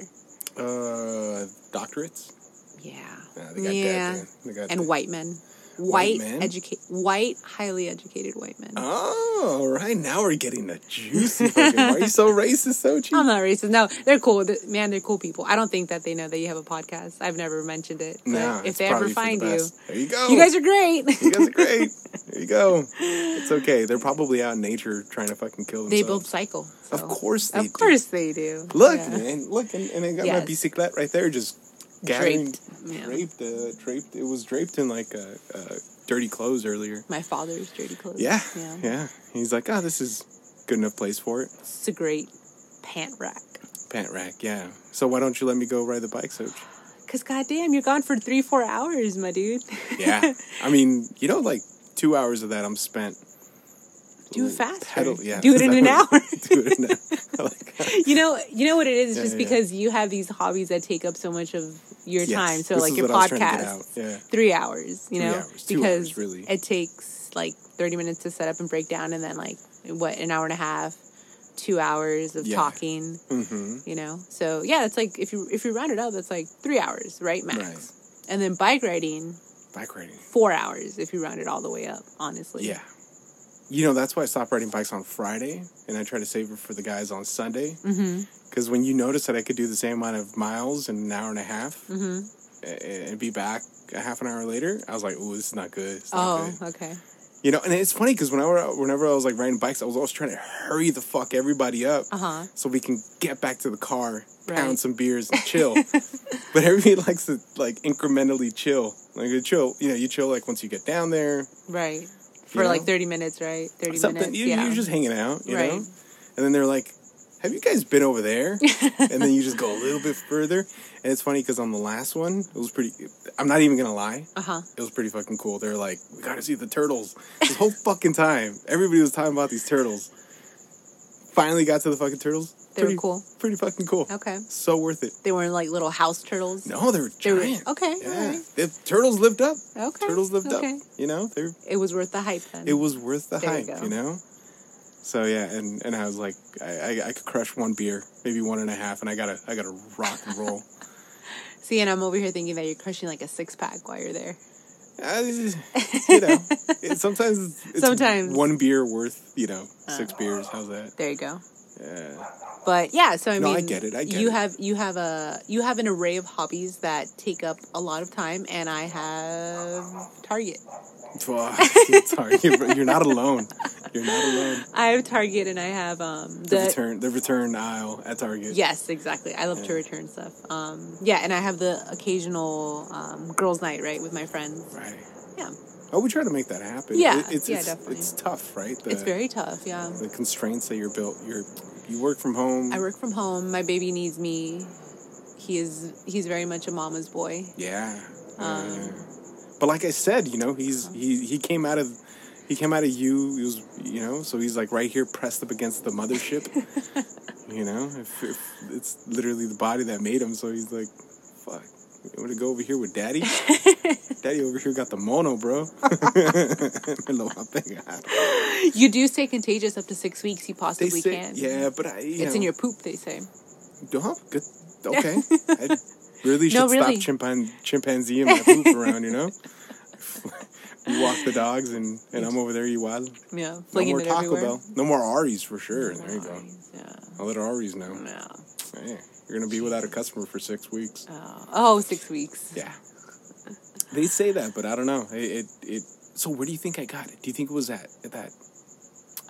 [SPEAKER 2] Uh, doctorates?
[SPEAKER 3] Yeah.
[SPEAKER 2] Nah, they got
[SPEAKER 3] yeah.
[SPEAKER 2] that, man. They got
[SPEAKER 3] and
[SPEAKER 2] that.
[SPEAKER 3] white men. White,
[SPEAKER 2] men?
[SPEAKER 3] educate, white, highly educated white men.
[SPEAKER 2] Oh, all right. Now we're getting the juicy. Fucking, why are you so racist, Sochi?
[SPEAKER 3] I'm not racist. No, they're cool. Th- Man, they're cool people. I don't think that they know that you have a podcast. I've never mentioned it. But
[SPEAKER 2] Nah,
[SPEAKER 3] if
[SPEAKER 2] it's
[SPEAKER 3] they
[SPEAKER 2] probably for
[SPEAKER 3] ever
[SPEAKER 2] the
[SPEAKER 3] find you,
[SPEAKER 2] best. there you go.
[SPEAKER 3] you guys are great.
[SPEAKER 2] You guys are great. There you go. It's okay. They're probably out in nature trying to fucking kill
[SPEAKER 3] they
[SPEAKER 2] themselves.
[SPEAKER 3] both cycle.
[SPEAKER 2] Of
[SPEAKER 3] so-
[SPEAKER 2] course they
[SPEAKER 3] Of
[SPEAKER 2] do.
[SPEAKER 3] course they do.
[SPEAKER 2] Look,
[SPEAKER 3] Yeah.
[SPEAKER 2] man. Look, and, and I got my
[SPEAKER 3] Yes.
[SPEAKER 2] bicyclette E right there, just gathering,
[SPEAKER 3] Draped, yeah.
[SPEAKER 2] draped, uh, draped. It was draped in like uh, uh, dirty clothes earlier.
[SPEAKER 3] My father's dirty clothes.
[SPEAKER 2] Yeah,
[SPEAKER 3] Yeah.
[SPEAKER 2] yeah. He's like, oh, this is good enough place for it.
[SPEAKER 3] It's a great pant rack.
[SPEAKER 2] Pant rack. Yeah. So why don't you let me go ride the bike, Soch?
[SPEAKER 3] Because, goddamn, you're gone for three, four hours, my dude.
[SPEAKER 2] Yeah. I mean, you know, like two hours of that I'm spent.
[SPEAKER 3] Do it faster.
[SPEAKER 2] Pedal, yeah.
[SPEAKER 3] Do it in an hour.
[SPEAKER 2] Do it in an hour. Like,
[SPEAKER 3] you know, you know what it is.
[SPEAKER 2] Yeah,
[SPEAKER 3] just
[SPEAKER 2] yeah, yeah.
[SPEAKER 3] because you have these hobbies that take up so much of your
[SPEAKER 2] Yes,
[SPEAKER 3] time. So,
[SPEAKER 2] this
[SPEAKER 3] like
[SPEAKER 2] is
[SPEAKER 3] your
[SPEAKER 2] what I was trying to get out,
[SPEAKER 3] podcast,
[SPEAKER 2] yeah.
[SPEAKER 3] three hours.
[SPEAKER 2] Three
[SPEAKER 3] You know,
[SPEAKER 2] hours, two
[SPEAKER 3] because
[SPEAKER 2] hours, really.
[SPEAKER 3] it takes like thirty minutes to set up and break down, and then like what an hour and a half, two hours of
[SPEAKER 2] Yeah. Mm-hmm.
[SPEAKER 3] talking. You know, so yeah, that's like if you if you round it up, that's like three hours, right, max.
[SPEAKER 2] Right.
[SPEAKER 3] And then bike riding,
[SPEAKER 2] bike riding.
[SPEAKER 3] four hours if you round it all the way up. Honestly,
[SPEAKER 2] Yeah. You know, that's why I stopped riding bikes on Friday and I try to save it for the guys on Sunday.
[SPEAKER 3] Mm-hmm.
[SPEAKER 2] Because when you notice that I could do the same amount of miles in an hour and a half
[SPEAKER 3] Mm-hmm.
[SPEAKER 2] a- and be back a half an hour later, I was like, oh, this is not good. It's not
[SPEAKER 3] Oh,
[SPEAKER 2] good.
[SPEAKER 3] okay.
[SPEAKER 2] You know, and it's funny because whenever whenever I was like riding bikes, I was always trying to hurry the fuck everybody up
[SPEAKER 3] Uh-huh.
[SPEAKER 2] so we can get back to the car,
[SPEAKER 3] Right.
[SPEAKER 2] pound some beers, and chill. but everybody likes to like incrementally chill. Like you chill, you know, you chill like once you get down there,
[SPEAKER 3] Right. For
[SPEAKER 2] know?
[SPEAKER 3] like 30 minutes, right? 30
[SPEAKER 2] something.
[SPEAKER 3] minutes.
[SPEAKER 2] You,
[SPEAKER 3] yeah.
[SPEAKER 2] You're just hanging out, you
[SPEAKER 3] Right.
[SPEAKER 2] know. And then they're like, "Have you guys been over there?" and then you just go a little bit further. And it's funny because on the last one, it was pretty. I'm not even gonna lie.
[SPEAKER 3] Uh-huh.
[SPEAKER 2] It was pretty fucking cool. They're like, "We gotta see the turtles." This whole fucking time, everybody was talking about these turtles. Finally got to the fucking turtles.
[SPEAKER 3] They were
[SPEAKER 2] pretty,
[SPEAKER 3] cool.
[SPEAKER 2] Pretty fucking cool.
[SPEAKER 3] Okay.
[SPEAKER 2] So worth it.
[SPEAKER 3] They weren't like little house turtles.
[SPEAKER 2] No, they were
[SPEAKER 3] They were-
[SPEAKER 2] giant.
[SPEAKER 3] okay,
[SPEAKER 2] Yeah.
[SPEAKER 3] alright.
[SPEAKER 2] The turtles lived up.
[SPEAKER 3] Okay,
[SPEAKER 2] Turtles lived
[SPEAKER 3] okay.
[SPEAKER 2] up. You know, they're
[SPEAKER 3] It was worth the hype then.
[SPEAKER 2] it was worth the
[SPEAKER 3] There you
[SPEAKER 2] hype,
[SPEAKER 3] go.
[SPEAKER 2] you, know? So yeah, and, and I was like, I, I, I could crush one beer, maybe one and a half, and I gotta I gotta rock and roll.
[SPEAKER 3] See, and I'm over here thinking that you're crushing like a six pack while you're there.
[SPEAKER 2] I, you know, it, sometimes it's- it's
[SPEAKER 3] Sometimes. Oh.
[SPEAKER 2] one beer worth you know six beers. How's that?
[SPEAKER 3] There you go. But yeah, so I
[SPEAKER 2] No, I
[SPEAKER 3] mean,
[SPEAKER 2] get it, I get
[SPEAKER 3] you
[SPEAKER 2] it.
[SPEAKER 3] have you have a you have an array of hobbies that take up a lot of time, and I have Target.
[SPEAKER 2] Fuck, it's hard. You're, you're not alone. You're not alone.
[SPEAKER 3] I have Target, and I have um
[SPEAKER 2] The,
[SPEAKER 3] the
[SPEAKER 2] return the return aisle at Target.
[SPEAKER 3] Yes, exactly. I love to return stuff. Um, yeah, and I have the occasional um, girls' night, right, with my friends.
[SPEAKER 2] Right.
[SPEAKER 3] Yeah,
[SPEAKER 2] Oh, we try to make that happen.
[SPEAKER 3] Yeah,
[SPEAKER 2] It- it's,
[SPEAKER 3] yeah,
[SPEAKER 2] it's,
[SPEAKER 3] definitely.
[SPEAKER 2] It's tough, right? The,
[SPEAKER 3] it's very tough. Yeah,
[SPEAKER 2] the constraints that you're built. You're you work from home.
[SPEAKER 3] I work from home. My baby needs me. He is he's very much a mama's boy.
[SPEAKER 2] Yeah.
[SPEAKER 3] Um,
[SPEAKER 2] yeah. but like I said, you know, he's he he came out of he came out of you. He was you know, so he's like right here, pressed up against the mothership. you know, if, if it's literally the body that made him, so he's like, fuck. You want to go over here with daddy? daddy over here got the mono, bro. Lo más pegado.
[SPEAKER 3] You do stay contagious up to six weeks. You
[SPEAKER 2] They
[SPEAKER 3] possibly
[SPEAKER 2] say,
[SPEAKER 3] can.
[SPEAKER 2] yeah, but I, you
[SPEAKER 3] it's
[SPEAKER 2] know,
[SPEAKER 3] in your poop. They say.
[SPEAKER 2] Huh? Good. Okay. I really should
[SPEAKER 3] No, really.
[SPEAKER 2] stop chimpan- chimpanzee and my poop around, you know? you walk the dogs and, and I'm over there, you wild.
[SPEAKER 3] Yeah,
[SPEAKER 2] No
[SPEAKER 3] flinging
[SPEAKER 2] more
[SPEAKER 3] it
[SPEAKER 2] Taco
[SPEAKER 3] everywhere.
[SPEAKER 2] Bell. No more Aries for sure. There you go.
[SPEAKER 3] Yeah,
[SPEAKER 2] I'll let Aries know.
[SPEAKER 3] yeah.
[SPEAKER 2] Hey, you're going to be without a customer for six weeks.
[SPEAKER 3] Oh, oh, six weeks.
[SPEAKER 2] Yeah. They say that, but I don't know. It, it, it So where do you think I got it? Do you think it was at, at that?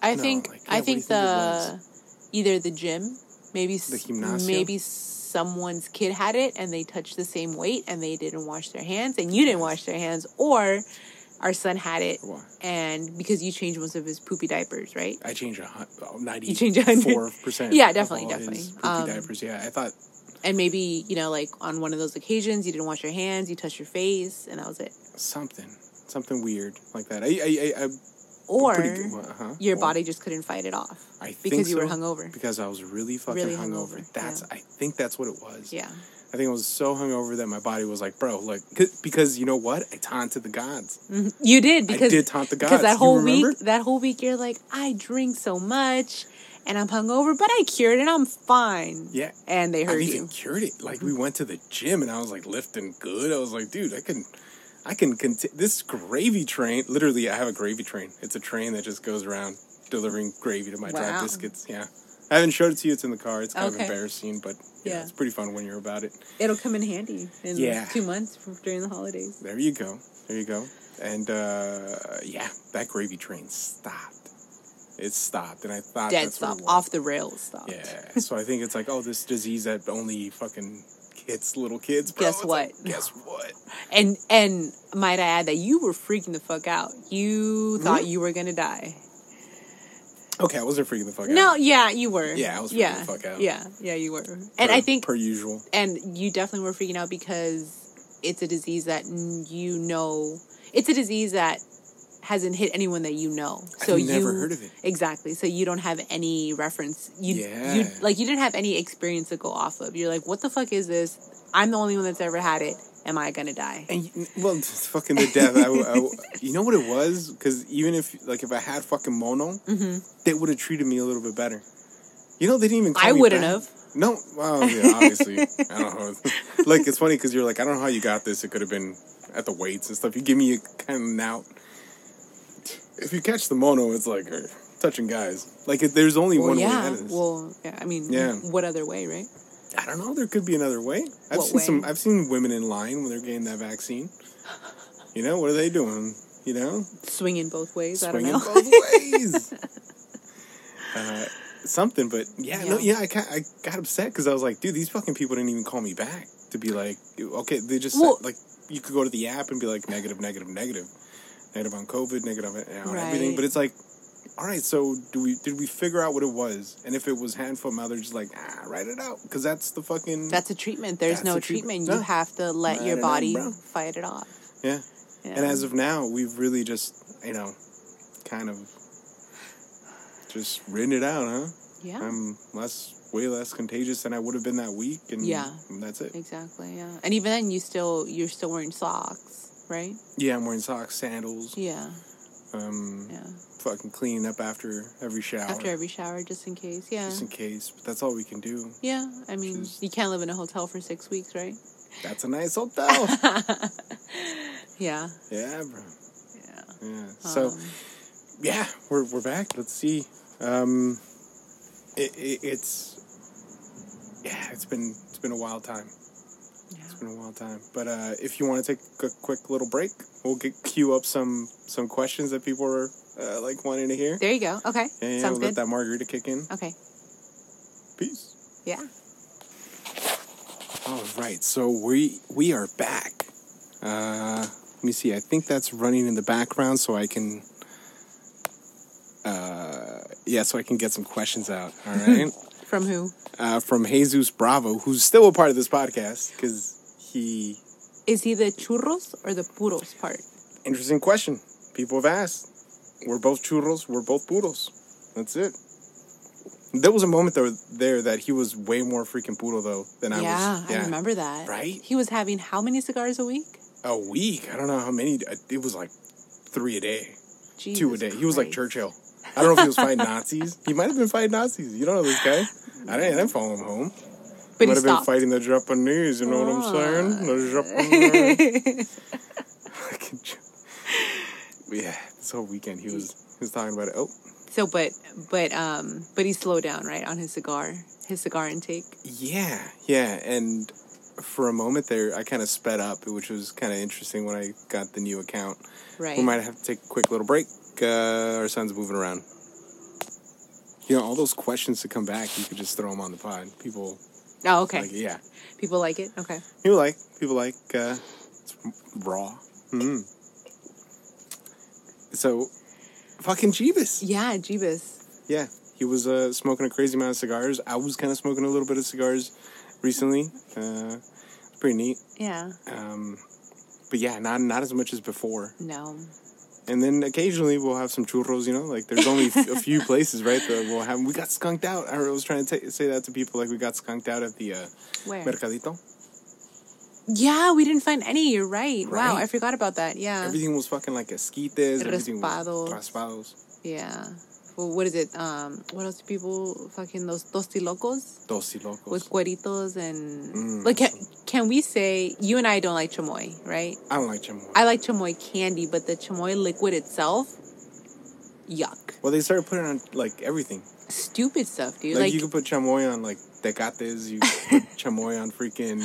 [SPEAKER 3] I
[SPEAKER 2] No,
[SPEAKER 3] think
[SPEAKER 2] like,
[SPEAKER 3] I
[SPEAKER 2] yeah, what
[SPEAKER 3] think
[SPEAKER 2] do you
[SPEAKER 3] the either the gym, maybe s-
[SPEAKER 2] gymnasio?
[SPEAKER 3] maybe someone's kid had it and they touched the same weight and they didn't wash their hands and you didn't wash their hands or our son had it
[SPEAKER 2] Why?
[SPEAKER 3] and because you changed most of his poopy diapers, right?
[SPEAKER 2] I changed a hun- oh,
[SPEAKER 3] You changed a hundred.
[SPEAKER 2] 94%.
[SPEAKER 3] Yeah,
[SPEAKER 2] of
[SPEAKER 3] definitely,
[SPEAKER 2] all his
[SPEAKER 3] definitely.
[SPEAKER 2] poopy
[SPEAKER 3] Um,
[SPEAKER 2] diapers. Yeah, I thought
[SPEAKER 3] And maybe, you know, like on one of those occasions you didn't wash your hands, you touched your face and that was it.
[SPEAKER 2] something, something weird like that. I, I, I, I
[SPEAKER 3] Or
[SPEAKER 2] pretty good- well, uh-huh.
[SPEAKER 3] your
[SPEAKER 2] Or-
[SPEAKER 3] body just couldn't fight it off
[SPEAKER 2] I think
[SPEAKER 3] because you were
[SPEAKER 2] so,
[SPEAKER 3] hungover.
[SPEAKER 2] Because I was really fucking
[SPEAKER 3] Really
[SPEAKER 2] hungover.
[SPEAKER 3] hungover,
[SPEAKER 2] That's
[SPEAKER 3] yeah.
[SPEAKER 2] I think that's what it was.
[SPEAKER 3] yeah.
[SPEAKER 2] I think I was so hungover that my body was like, bro, like 'cause- because you know what? I taunted the gods.
[SPEAKER 3] You did because
[SPEAKER 2] did taunt the gods.
[SPEAKER 3] because that
[SPEAKER 2] You
[SPEAKER 3] whole week,
[SPEAKER 2] remember?
[SPEAKER 3] that whole week, you're like, I drink so much, and I'm hungover, but I cured and I'm fine.
[SPEAKER 2] Yeah.
[SPEAKER 3] and they
[SPEAKER 2] I
[SPEAKER 3] heard
[SPEAKER 2] even
[SPEAKER 3] you. Mm-hmm.
[SPEAKER 2] cured it. Like we went to the gym and I was like lifting good. I was like, dude, I can I can continue this gravy train. Literally, I have a gravy train. It's a train that just goes around delivering gravy to my dry
[SPEAKER 3] Wow.
[SPEAKER 2] biscuits. Yeah. I haven't showed it to you. It's in the car. It's kind
[SPEAKER 3] Okay.
[SPEAKER 2] of embarrassing, but yeah,
[SPEAKER 3] Yeah.
[SPEAKER 2] it's pretty fun when you're about it.
[SPEAKER 3] It'll come in handy in
[SPEAKER 2] Yeah.
[SPEAKER 3] two months from during the holidays.
[SPEAKER 2] There you go. There you go. And uh, yeah, that gravy train stopped. It stopped, and I thought
[SPEAKER 3] Dead
[SPEAKER 2] that's what
[SPEAKER 3] stop,
[SPEAKER 2] it was.
[SPEAKER 3] off the rails stop.
[SPEAKER 2] Yeah. So I think it's like, oh, this disease that only fucking hits little kids. bro.
[SPEAKER 3] Guess
[SPEAKER 2] It's like,
[SPEAKER 3] what?
[SPEAKER 2] guess what?
[SPEAKER 3] And and might I add that you were freaking the fuck out. You thought you were gonna die.
[SPEAKER 2] Okay, I wasn't freaking the fuck
[SPEAKER 3] No,
[SPEAKER 2] out.
[SPEAKER 3] yeah, you were.
[SPEAKER 2] Yeah, I was freaking
[SPEAKER 3] yeah,
[SPEAKER 2] the fuck out.
[SPEAKER 3] Yeah, yeah, you were. And
[SPEAKER 2] Per-
[SPEAKER 3] I think
[SPEAKER 2] per usual.
[SPEAKER 3] and you definitely were freaking out because it's a disease that n- you know it's a disease that hasn't hit anyone that you know so
[SPEAKER 2] I've never
[SPEAKER 3] you
[SPEAKER 2] heard of it.
[SPEAKER 3] exactly so you don't have any reference you,
[SPEAKER 2] Yeah.
[SPEAKER 3] you like you didn't have any experience to go off of you're like what the fuck is this i'm the only one that's ever had it am i gonna die
[SPEAKER 2] And y- well, it's fucking the death. I, I- you know what it was? Because even if like if I had fucking mono,
[SPEAKER 3] Mm-hmm.
[SPEAKER 2] they would have treated me a little bit better. You know they didn't even. Call
[SPEAKER 3] I
[SPEAKER 2] me
[SPEAKER 3] wouldn't
[SPEAKER 2] back.
[SPEAKER 3] have.
[SPEAKER 2] No, well, yeah, obviously, I don't know. like it's funny because you're like, I don't know how you got this. It could have been at the weights and stuff. You give me a kind of now. If you catch the mono, it's like er, touching guys. Like if there's only
[SPEAKER 3] well
[SPEAKER 2] one
[SPEAKER 3] yeah
[SPEAKER 2] way. That is.
[SPEAKER 3] well yeah i mean
[SPEAKER 2] Yeah.
[SPEAKER 3] what other way right
[SPEAKER 2] I don't know. There could be another way. I've
[SPEAKER 3] What
[SPEAKER 2] seen some.
[SPEAKER 3] way?
[SPEAKER 2] I've seen women in line when they're getting that vaccine. You know what are they doing? You know,
[SPEAKER 3] swinging both ways i
[SPEAKER 2] swinging
[SPEAKER 3] don't know
[SPEAKER 2] both ways. uh, something, but yeah, no, yeah.
[SPEAKER 3] Yeah.
[SPEAKER 2] I got, I got upset because I was like, dude, these fucking people didn't even call me back to be like, okay, they just
[SPEAKER 3] Well-
[SPEAKER 2] said, like you could go to the app and be like negative, negative, negative, negative on COVID, negative on everything.
[SPEAKER 3] Right.
[SPEAKER 2] But it's like. All right, so do we did we figure out what it was? And if it was hand foot mouth, they're just like, ah, write it out because that's the fucking
[SPEAKER 3] that's a treatment there's
[SPEAKER 2] That's
[SPEAKER 3] no
[SPEAKER 2] a treatment.
[SPEAKER 3] treatment,
[SPEAKER 2] No.
[SPEAKER 3] you have to let
[SPEAKER 2] Right
[SPEAKER 3] your
[SPEAKER 2] it out,
[SPEAKER 3] body
[SPEAKER 2] bro.
[SPEAKER 3] fight it off
[SPEAKER 2] Yeah.
[SPEAKER 3] Yeah.
[SPEAKER 2] And as of now, we've really just, you know, kind of just written it out, huh?
[SPEAKER 3] yeah
[SPEAKER 2] I'm less, way less contagious than I would have been that week, and
[SPEAKER 3] Yeah.
[SPEAKER 2] that's it.
[SPEAKER 3] Exactly. Yeah. And even then, you still you're still wearing socks, right?
[SPEAKER 2] Yeah, I'm wearing socks, sandals,
[SPEAKER 3] Yeah.
[SPEAKER 2] um,
[SPEAKER 3] Yeah.
[SPEAKER 2] fucking cleaning up after every shower,
[SPEAKER 3] After every shower, just in case. Yeah.
[SPEAKER 2] just in case. But that's all we can do.
[SPEAKER 3] yeah. I mean,
[SPEAKER 2] Just-
[SPEAKER 3] you can't live in a hotel for six weeks, right?
[SPEAKER 2] That's a nice hotel.
[SPEAKER 3] Yeah.
[SPEAKER 2] yeah, bro.
[SPEAKER 3] Yeah.
[SPEAKER 2] Yeah. So.
[SPEAKER 3] Um,
[SPEAKER 2] yeah, we're we're back. Let's see. Um, it, it, it's yeah, it's been it's been a wild time.
[SPEAKER 3] yeah.
[SPEAKER 2] It's been a wild time. But uh, if you want to take a quick little break, we'll get queue up some some questions that people are uh, like wanting to hear.
[SPEAKER 3] There you go. Okay.
[SPEAKER 2] And we'll
[SPEAKER 3] Sounds
[SPEAKER 2] let
[SPEAKER 3] good.
[SPEAKER 2] that margarita kick in.
[SPEAKER 3] Okay.
[SPEAKER 2] Peace.
[SPEAKER 3] Yeah.
[SPEAKER 2] All right, so we we are back. Uh, let me see. I think that's running in the background, so I can. Uh, yeah, so I can get some questions out. All right,
[SPEAKER 3] From who?
[SPEAKER 2] uh, from Jesus Bravo, who's still a part of this podcast, because he
[SPEAKER 3] Is he the churros or the puros part?
[SPEAKER 2] interesting question. People have asked. We're both churros. We're both puros. That's it. There was a moment though there that he was way more freaking puro though than I
[SPEAKER 3] yeah,
[SPEAKER 2] was.
[SPEAKER 3] I remember that.
[SPEAKER 2] Right?
[SPEAKER 3] He was having how many cigars a week?
[SPEAKER 2] a week. I don't know how many. It was like three a day,
[SPEAKER 3] Jesus
[SPEAKER 2] two a day. He was like
[SPEAKER 3] Christ.
[SPEAKER 2] Churchill. I don't know if he was fighting Nazis. He might have been fighting Nazis. You don't know this guy. I didn't, I didn't follow him home. might have
[SPEAKER 3] But he
[SPEAKER 2] been
[SPEAKER 3] stopped.
[SPEAKER 2] fighting the Japanese. You know what I'm saying? The Japanese. Fucking Ju- yeah, this whole weekend he was he was talking about it. Oh,
[SPEAKER 3] So, but but um, but he slowed down, right, on his cigar, his cigar intake.
[SPEAKER 2] Yeah, yeah, and for a moment there, I kind of sped up, which was kind of interesting when I got the new account.
[SPEAKER 3] Right.
[SPEAKER 2] We might have to take a quick little break. Uh, our son's moving around. You know, all those questions to come back, you could just throw them on the pod. People
[SPEAKER 3] Oh, okay.
[SPEAKER 2] like, yeah,
[SPEAKER 3] People like it. Okay.
[SPEAKER 2] people like, people like, uh, it's raw. Mm. So, fucking Jeebus.
[SPEAKER 3] Yeah, Jeebus.
[SPEAKER 2] Yeah, he was uh, smoking a crazy amount of cigars. I was kind of smoking a little bit of cigars recently. Uh, it's pretty neat.
[SPEAKER 3] Yeah.
[SPEAKER 2] Um, but yeah, not not as much as before.
[SPEAKER 3] No.
[SPEAKER 2] And then occasionally we'll have some churros. You know, like there's only f- a few places, right? That we'll have. We got skunked out. I was trying to ta say that to people, like we got skunked out at the uh,
[SPEAKER 3] Where?
[SPEAKER 2] mercadito.
[SPEAKER 3] Yeah, we didn't find any. You're right. Wow,
[SPEAKER 2] Right?
[SPEAKER 3] I forgot about that. Yeah.
[SPEAKER 2] Everything was fucking like esquites. Everything was
[SPEAKER 3] Raspados.
[SPEAKER 2] raspados.
[SPEAKER 3] Yeah. well, what is it? Um, what else do people fucking those tostilocos
[SPEAKER 2] Dos y locos.
[SPEAKER 3] with cueritos and
[SPEAKER 2] Mm.
[SPEAKER 3] like? Can, can we say you and I don't like chamoy, right?
[SPEAKER 2] I don't like chamoy.
[SPEAKER 3] I like chamoy candy, but the chamoy liquid itself, yuck,
[SPEAKER 2] well, they started putting on like everything.
[SPEAKER 3] stupid stuff, dude.
[SPEAKER 2] Like,
[SPEAKER 3] Like,
[SPEAKER 2] you could put chamoy on like tecates. You could put chamoy on freaking.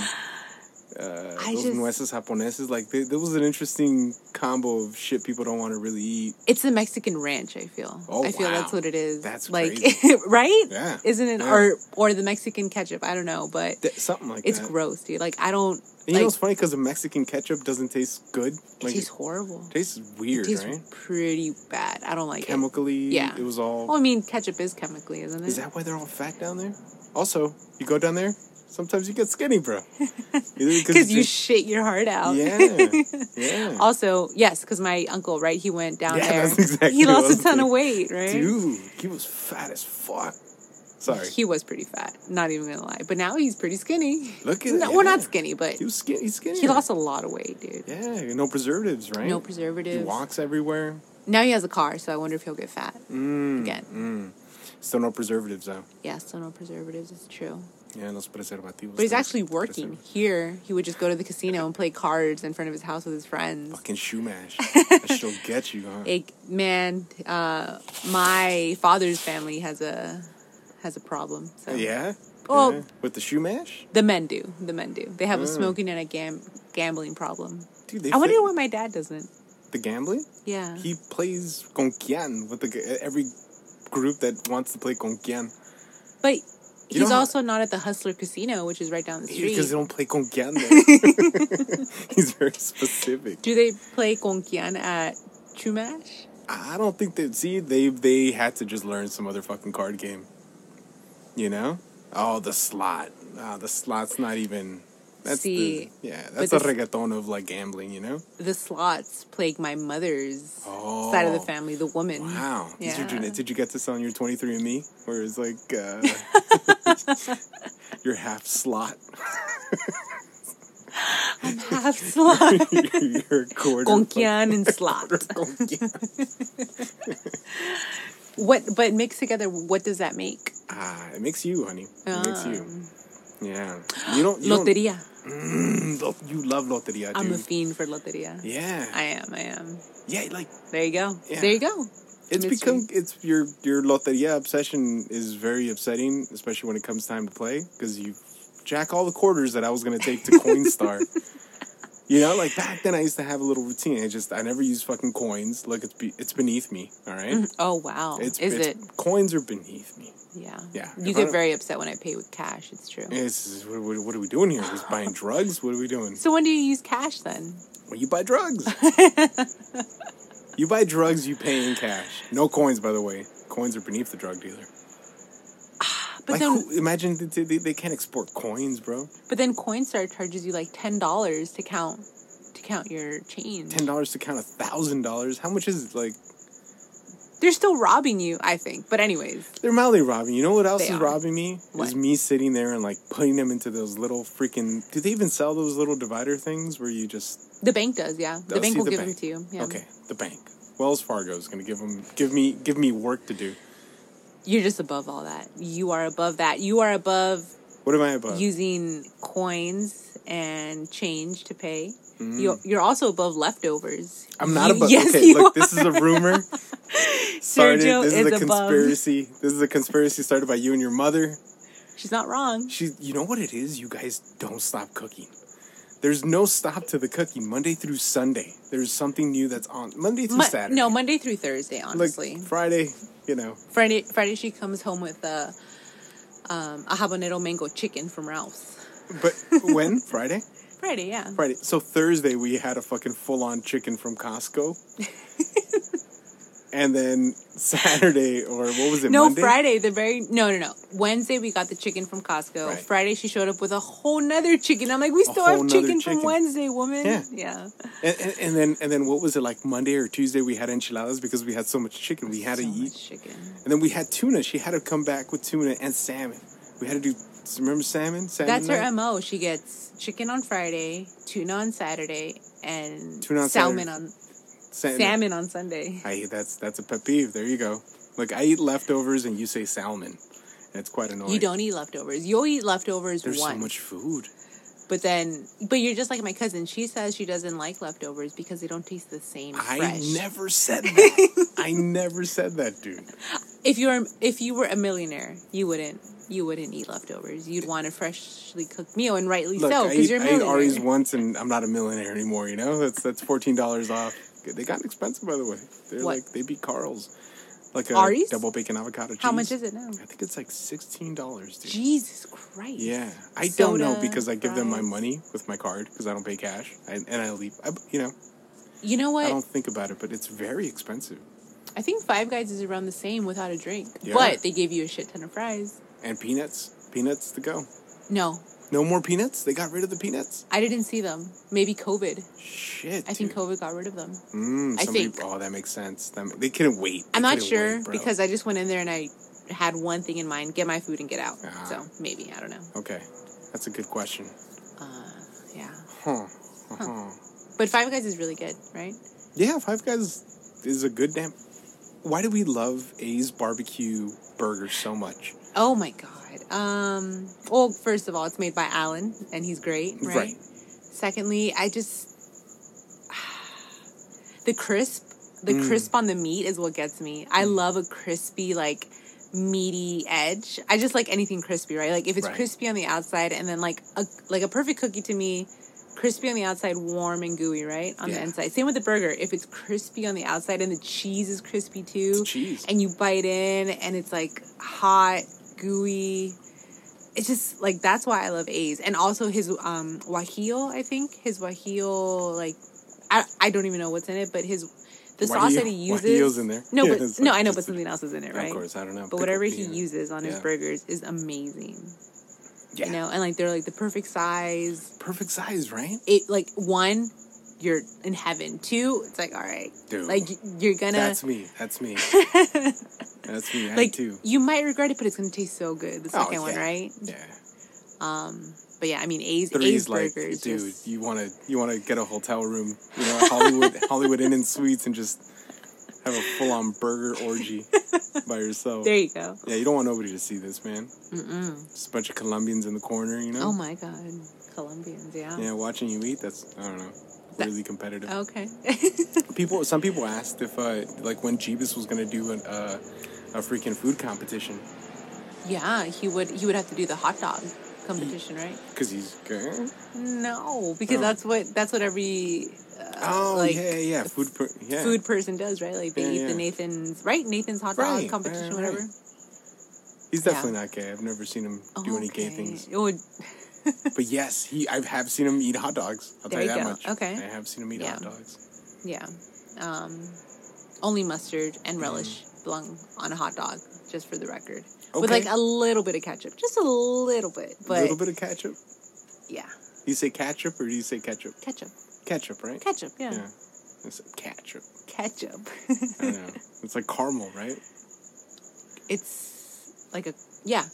[SPEAKER 2] Uh,
[SPEAKER 3] I
[SPEAKER 2] those
[SPEAKER 3] just-
[SPEAKER 2] nueces japoneses, like th- there was an interesting combo of shit people don't want to really eat.
[SPEAKER 3] it's a Mexican ranch. I feel.
[SPEAKER 2] Oh,
[SPEAKER 3] I feel
[SPEAKER 2] wow.
[SPEAKER 3] that's what it is.
[SPEAKER 2] That's
[SPEAKER 3] like
[SPEAKER 2] crazy.
[SPEAKER 3] right.
[SPEAKER 2] Yeah.
[SPEAKER 3] Isn't it
[SPEAKER 2] Yeah.
[SPEAKER 3] or or the Mexican ketchup? I don't know, but
[SPEAKER 2] Th- something like
[SPEAKER 3] it's
[SPEAKER 2] that.
[SPEAKER 3] gross, dude. Like I don't.
[SPEAKER 2] And you
[SPEAKER 3] like,
[SPEAKER 2] know what's funny? Because the Mexican ketchup doesn't taste good.
[SPEAKER 3] it
[SPEAKER 2] Like
[SPEAKER 3] tastes horrible.
[SPEAKER 2] it tastes weird,
[SPEAKER 3] tastes
[SPEAKER 2] right?
[SPEAKER 3] pretty bad. I don't like
[SPEAKER 2] Chemically,
[SPEAKER 3] Yeah. Oh,
[SPEAKER 2] it was
[SPEAKER 3] it.
[SPEAKER 2] all.
[SPEAKER 3] Well, I mean, ketchup is chemically, isn't it?
[SPEAKER 2] Is that why they're all fat down there? Also, you go down there, sometimes you get skinny, bro.
[SPEAKER 3] Because you shit your heart out.
[SPEAKER 2] Yeah, yeah.
[SPEAKER 3] Also, yes, because my uncle, right? He went down
[SPEAKER 2] Yeah,
[SPEAKER 3] there.
[SPEAKER 2] that's exactly
[SPEAKER 3] he
[SPEAKER 2] what I
[SPEAKER 3] lost
[SPEAKER 2] was
[SPEAKER 3] a ton of
[SPEAKER 2] thinking.
[SPEAKER 3] weight, right?
[SPEAKER 2] Dude, he was fat as fuck. Sorry.
[SPEAKER 3] He was pretty fat. Not even gonna lie. But now he's pretty skinny.
[SPEAKER 2] Look at
[SPEAKER 3] no,
[SPEAKER 2] yeah.
[SPEAKER 3] Well, not skinny, but
[SPEAKER 2] He was skinny. He's skinny.
[SPEAKER 3] he lost a lot of weight, dude.
[SPEAKER 2] Yeah, no preservatives, right?
[SPEAKER 3] No preservatives.
[SPEAKER 2] He walks everywhere.
[SPEAKER 3] Now he has a car, so I wonder if he'll get fat
[SPEAKER 2] Mm,
[SPEAKER 3] again.
[SPEAKER 2] Still no preservatives though.
[SPEAKER 3] Yeah, so no preservatives. It's true.
[SPEAKER 2] Yeah, los preservativos.
[SPEAKER 3] But he's
[SPEAKER 2] no
[SPEAKER 3] actually working
[SPEAKER 2] preservatives.
[SPEAKER 3] here. He would just go to the casino and play cards in front of his house with his friends.
[SPEAKER 2] Fucking shoe mash. that shit'll get you, huh?
[SPEAKER 3] It, man, uh, my father's family has a has a problem. So
[SPEAKER 2] Yeah.
[SPEAKER 3] Well-
[SPEAKER 2] Yeah. with the shoe mash,
[SPEAKER 3] the men do. The men do. They have a smoking and a gam- gambling problem.
[SPEAKER 2] Mm. dude. They
[SPEAKER 3] I wonder
[SPEAKER 2] fit-
[SPEAKER 3] why my dad doesn't.
[SPEAKER 2] the gambling.
[SPEAKER 3] Yeah.
[SPEAKER 2] He plays con quien with the, g- every group that wants to play con quien.
[SPEAKER 3] but
[SPEAKER 2] You
[SPEAKER 3] he's
[SPEAKER 2] know how-
[SPEAKER 3] also not at the Hustler Casino, which is right down the street.
[SPEAKER 2] Because they don't play con quien. there. He's very specific.
[SPEAKER 3] do they play Conquian at Chumash?
[SPEAKER 2] I don't think that. See, they they had to just learn some other fucking card game. You know? Oh, the slot. Ah, the slot's not even. That's
[SPEAKER 3] See,
[SPEAKER 2] the, yeah,
[SPEAKER 3] but
[SPEAKER 2] that's a
[SPEAKER 3] this-
[SPEAKER 2] reggaeton of like gambling. You know?
[SPEAKER 3] The slots plague my mother's
[SPEAKER 2] Oh.
[SPEAKER 3] side of the family, the woman.
[SPEAKER 2] Wow. These are
[SPEAKER 3] Yeah.
[SPEAKER 2] genet- did you get this on your 23andMe? Where it's like uh, your half slot,
[SPEAKER 3] Half slot.
[SPEAKER 2] your quarter.
[SPEAKER 3] Conquian and slot.
[SPEAKER 2] Conquian.
[SPEAKER 3] What? But mixed together, what does that make?
[SPEAKER 2] Ah, it makes you, honey. It makes you.
[SPEAKER 3] Ah.
[SPEAKER 2] Yeah. You don't. You don't-
[SPEAKER 3] Loteria.
[SPEAKER 2] lo- you love loteria, dude.
[SPEAKER 3] I'm a fiend for loteria.
[SPEAKER 2] yeah.
[SPEAKER 3] I am. I am.
[SPEAKER 2] yeah, like
[SPEAKER 3] There you go.
[SPEAKER 2] Yeah.
[SPEAKER 3] There you go.
[SPEAKER 2] it's
[SPEAKER 3] mystery.
[SPEAKER 2] become it's your your loteria obsession is very upsetting, especially when it comes time to play because you jack all the quarters that I was gonna take to Coinstar. You know, like back then I used to have a little routine. I just I never use fucking coins. Look, it's be, it's beneath me. All right,
[SPEAKER 3] Oh wow.
[SPEAKER 2] it's
[SPEAKER 3] Is
[SPEAKER 2] it's-
[SPEAKER 3] it?
[SPEAKER 2] coins are beneath me.
[SPEAKER 3] Yeah.
[SPEAKER 2] Yeah. If
[SPEAKER 3] You
[SPEAKER 2] I
[SPEAKER 3] get
[SPEAKER 2] don't-
[SPEAKER 3] very upset when I pay with cash. It's true.
[SPEAKER 2] It's, what, what, what are we doing here? Just buying drugs? What are we doing?
[SPEAKER 3] So when do you use cash then?
[SPEAKER 2] Well, you buy drugs. you buy drugs, you pay in cash. No coins, by the way. Coins are beneath the drug dealer.
[SPEAKER 3] But
[SPEAKER 2] like,
[SPEAKER 3] then,
[SPEAKER 2] who, imagine th- th- they, they can't export coins, bro.
[SPEAKER 3] but then Coinstar charges you like ten dollars to count to count your change.
[SPEAKER 2] Ten dollars to count a thousand dollars. How much is it? Like
[SPEAKER 3] They're still robbing you, I think. But anyways,
[SPEAKER 2] they're mildly robbing. You know what else
[SPEAKER 3] They
[SPEAKER 2] is
[SPEAKER 3] are.
[SPEAKER 2] robbing me? Is
[SPEAKER 3] What?
[SPEAKER 2] me sitting there and like putting them into those little freaking. Do they even sell those little divider things where you just?
[SPEAKER 3] the bank does. Yeah, the
[SPEAKER 2] Oh,
[SPEAKER 3] bank
[SPEAKER 2] see,
[SPEAKER 3] will give them to you. Yeah.
[SPEAKER 2] Okay, the bank. Wells Fargo is gonna give them give me give me work to do.
[SPEAKER 3] You're just above all that. You are above that. You are above
[SPEAKER 2] What am I above?
[SPEAKER 3] using coins and change to pay. You're, you're also above leftovers.
[SPEAKER 2] Mm-hmm. I'm not
[SPEAKER 3] You-
[SPEAKER 2] above.
[SPEAKER 3] Yes,
[SPEAKER 2] okay,
[SPEAKER 3] you
[SPEAKER 2] look,
[SPEAKER 3] are.
[SPEAKER 2] this is a rumor. started.
[SPEAKER 3] Sergio
[SPEAKER 2] this is,
[SPEAKER 3] is
[SPEAKER 2] a
[SPEAKER 3] above.
[SPEAKER 2] conspiracy. This is a conspiracy started by you and your mother.
[SPEAKER 3] She's not wrong.
[SPEAKER 2] She, you know what it is? You guys don't stop cooking. There's no stop to the cooking Monday through Sunday. There's something new that's on Monday through
[SPEAKER 3] Mo-
[SPEAKER 2] Saturday.
[SPEAKER 3] No, Monday through Thursday, honestly.
[SPEAKER 2] like Friday. You know,
[SPEAKER 3] Friday, Friday she comes home with a, um, a habanero mango chicken from Ralph's.
[SPEAKER 2] but when Friday,
[SPEAKER 3] Friday, yeah.
[SPEAKER 2] Friday. So Thursday we had a fucking full on chicken from Costco. And then Saturday, or what was it?
[SPEAKER 3] No,
[SPEAKER 2] Monday?
[SPEAKER 3] Friday, the very, no, no, no. Wednesday, we got the chicken from Costco.
[SPEAKER 2] Right.
[SPEAKER 3] Friday, she showed up with a whole nother chicken. I'm like, we
[SPEAKER 2] whole
[SPEAKER 3] still have
[SPEAKER 2] nother
[SPEAKER 3] chicken, from
[SPEAKER 2] chicken.
[SPEAKER 3] Wednesday, woman.
[SPEAKER 2] Yeah.
[SPEAKER 3] yeah.
[SPEAKER 2] And, and, and then and then what was it like Monday or Tuesday? We had enchiladas because we had so much chicken. We had
[SPEAKER 3] So
[SPEAKER 2] to eat,
[SPEAKER 3] much chicken.
[SPEAKER 2] and then we had tuna. She had to come back with tuna and salmon. We had to do. Remember salmon? salmon
[SPEAKER 3] That's her um,
[SPEAKER 2] night?
[SPEAKER 3] MO. She gets chicken on Friday, tuna on Saturday, and
[SPEAKER 2] Tuna on
[SPEAKER 3] salmon
[SPEAKER 2] Saturday.
[SPEAKER 3] on salmon on Sunday.
[SPEAKER 2] Hey, that's that's a pet peeve. There you go. Like I eat leftovers and you say salmon, and it's quite annoying.
[SPEAKER 3] You don't eat leftovers. You'll eat leftovers
[SPEAKER 2] There's
[SPEAKER 3] once,
[SPEAKER 2] so much food.
[SPEAKER 3] but then, but you're just like my cousin. She says she doesn't like leftovers because they don't taste the same.
[SPEAKER 2] I
[SPEAKER 3] fresh.
[SPEAKER 2] never said that. I never said that, dude.
[SPEAKER 3] If you were if you were a millionaire, you wouldn't you wouldn't eat leftovers. You'd want a freshly cooked meal, and rightly
[SPEAKER 2] Look,
[SPEAKER 3] so
[SPEAKER 2] I,
[SPEAKER 3] because
[SPEAKER 2] eat,
[SPEAKER 3] you're a
[SPEAKER 2] I ate
[SPEAKER 3] millionaire.
[SPEAKER 2] Ari's once, and I'm not a millionaire anymore. You know, that's that's fourteen dollars off. They got expensive, by the way. They're
[SPEAKER 3] What?
[SPEAKER 2] like they beat Carl's, like a
[SPEAKER 3] Ari's?
[SPEAKER 2] double bacon avocado.
[SPEAKER 3] How
[SPEAKER 2] cheese.
[SPEAKER 3] much is it now?
[SPEAKER 2] I think it's like sixteen dollars, dude.
[SPEAKER 3] Jesus Christ!
[SPEAKER 2] Yeah, I don't know
[SPEAKER 3] Soda,
[SPEAKER 2] because I give them my
[SPEAKER 3] fries.
[SPEAKER 2] money with my card because I don't pay cash, I, and I leave. I, you know,
[SPEAKER 3] You know what?
[SPEAKER 2] I
[SPEAKER 3] I,
[SPEAKER 2] don't think about it, but it's very expensive.
[SPEAKER 3] think Five Guys is around the same without a drink,
[SPEAKER 2] Yeah.
[SPEAKER 3] but they gave you a shit ton of fries.
[SPEAKER 2] And peanuts, peanuts to go.
[SPEAKER 3] No,
[SPEAKER 2] No more peanuts. They got rid of the peanuts.
[SPEAKER 3] I didn't see them. Maybe COVID.
[SPEAKER 2] Shit.
[SPEAKER 3] I think
[SPEAKER 2] dude.
[SPEAKER 3] COVID got rid of them.
[SPEAKER 2] Mm,
[SPEAKER 3] I
[SPEAKER 2] somebody-
[SPEAKER 3] think.
[SPEAKER 2] Oh, that makes sense. That, ma- they couldn't wait. They
[SPEAKER 3] I'm not
[SPEAKER 2] couldn't
[SPEAKER 3] sure
[SPEAKER 2] wait, bro.
[SPEAKER 3] because I just went in there and I had one thing in mind: get my food and get out.
[SPEAKER 2] Ah.
[SPEAKER 3] So maybe I don't know.
[SPEAKER 2] Okay, that's a good question.
[SPEAKER 3] Uh, yeah,
[SPEAKER 2] Huh. Uh-huh.
[SPEAKER 3] but Five Guys is really good, right?
[SPEAKER 2] Yeah, Five Guys is a good damn. Why do we love A's barbecue burger so much?
[SPEAKER 3] Oh my god. Um. Well, first of all, it's made by Alan, and he's great, right?
[SPEAKER 2] Right.
[SPEAKER 3] Secondly, I just the crisp,
[SPEAKER 2] Mm.
[SPEAKER 3] the crisp on the meat is what gets me. I love a crispy like meaty edge. I just like anything crispy, right? Like if it's
[SPEAKER 2] Right.
[SPEAKER 3] crispy on the outside, and then like a like a perfect cookie to me. Crispy on the outside, warm and gooey, right? On the
[SPEAKER 2] Yeah.
[SPEAKER 3] inside. Same with the burger. If it's crispy on the outside and the cheese is crispy too,
[SPEAKER 2] The cheese.
[SPEAKER 3] and you bite in and it's like hot, gooey. It's just like that's why I love A's. And also his um guajillo, I think. His guajillo like I, I don't even know what's in it, but his the sauce
[SPEAKER 2] Guajillo-
[SPEAKER 3] that he uses
[SPEAKER 2] guajillo's in there.
[SPEAKER 3] No,
[SPEAKER 2] Yeah,
[SPEAKER 3] but
[SPEAKER 2] it's
[SPEAKER 3] no,
[SPEAKER 2] like
[SPEAKER 3] I know
[SPEAKER 2] just
[SPEAKER 3] but
[SPEAKER 2] a-
[SPEAKER 3] something else is in it,
[SPEAKER 2] Yeah,
[SPEAKER 3] right?
[SPEAKER 2] Of course, I don't know.
[SPEAKER 3] But
[SPEAKER 2] Pickle-
[SPEAKER 3] whatever he
[SPEAKER 2] yeah.
[SPEAKER 3] uses on his
[SPEAKER 2] Yeah.
[SPEAKER 3] burgers is amazing.
[SPEAKER 2] yeah.
[SPEAKER 3] You know, and like they're like the perfect size.
[SPEAKER 2] perfect size, right?
[SPEAKER 3] It like one, you're in heaven. Two, it's like all right.
[SPEAKER 2] Dude.
[SPEAKER 3] like you're gonna
[SPEAKER 2] That's me. That's me. That's me. I
[SPEAKER 3] like
[SPEAKER 2] too.
[SPEAKER 3] you might regret it, but it's gonna taste so good. The
[SPEAKER 2] Oh,
[SPEAKER 3] second one,
[SPEAKER 2] yeah.
[SPEAKER 3] right?
[SPEAKER 2] Yeah.
[SPEAKER 3] Um, but yeah, I mean, A's, A's
[SPEAKER 2] Three's like,
[SPEAKER 3] burger is
[SPEAKER 2] dude,
[SPEAKER 3] just
[SPEAKER 2] you want to you want to get a hotel room, you know, at Hollywood Hollywood Inn and Suites, and just have a full on burger orgy by yourself.
[SPEAKER 3] there. You go.
[SPEAKER 2] yeah, you don't want nobody to see this, man.
[SPEAKER 3] Mm-mm.
[SPEAKER 2] Just a bunch of Colombians in the corner, you know.
[SPEAKER 3] Oh my god, Colombians, yeah.
[SPEAKER 2] Yeah, watching you eat. That's I don't know, really competitive.
[SPEAKER 3] Okay. Oh.
[SPEAKER 2] People, some people asked if uh, like when Jeebus was gonna do an, uh, a freaking food competition
[SPEAKER 3] yeah, he would he would have to do the hot dog competition, right?
[SPEAKER 2] because he's
[SPEAKER 3] Uh,
[SPEAKER 2] good.
[SPEAKER 3] No, because
[SPEAKER 2] Oh.
[SPEAKER 3] that's what that's what every uh,
[SPEAKER 2] Oh
[SPEAKER 3] like,
[SPEAKER 2] yeah, yeah, food. Per- yeah,
[SPEAKER 3] food person does, right? Like they
[SPEAKER 2] Yeah,
[SPEAKER 3] eat
[SPEAKER 2] yeah.
[SPEAKER 3] the Nathan's right Nathan's hot
[SPEAKER 2] Right,
[SPEAKER 3] dog
[SPEAKER 2] right,
[SPEAKER 3] competition,
[SPEAKER 2] right.
[SPEAKER 3] whatever.
[SPEAKER 2] He's definitely not gay. I've never seen him do any gay
[SPEAKER 3] Okay.
[SPEAKER 2] things.
[SPEAKER 3] It would-
[SPEAKER 2] But yes, he I have seen him eat hot dogs. I'll
[SPEAKER 3] There
[SPEAKER 2] tell you
[SPEAKER 3] you
[SPEAKER 2] that
[SPEAKER 3] go.
[SPEAKER 2] much.
[SPEAKER 3] Okay.
[SPEAKER 2] I have seen him eat
[SPEAKER 3] Yeah.
[SPEAKER 2] hot dogs.
[SPEAKER 3] Yeah. Um, only mustard and relish belong on a hot dog, just for the record. With
[SPEAKER 2] Okay.
[SPEAKER 3] like a little bit of ketchup, just a little bit, but
[SPEAKER 2] a little bit of ketchup. Do
[SPEAKER 3] yeah,
[SPEAKER 2] you say ketchup or do you say ketchup?
[SPEAKER 3] ketchup,
[SPEAKER 2] Ketchup, right?
[SPEAKER 3] ketchup, yeah,
[SPEAKER 2] Yeah. It's ketchup.
[SPEAKER 3] ketchup.
[SPEAKER 2] I don't know. It's like caramel, right?
[SPEAKER 3] it's like a yeah,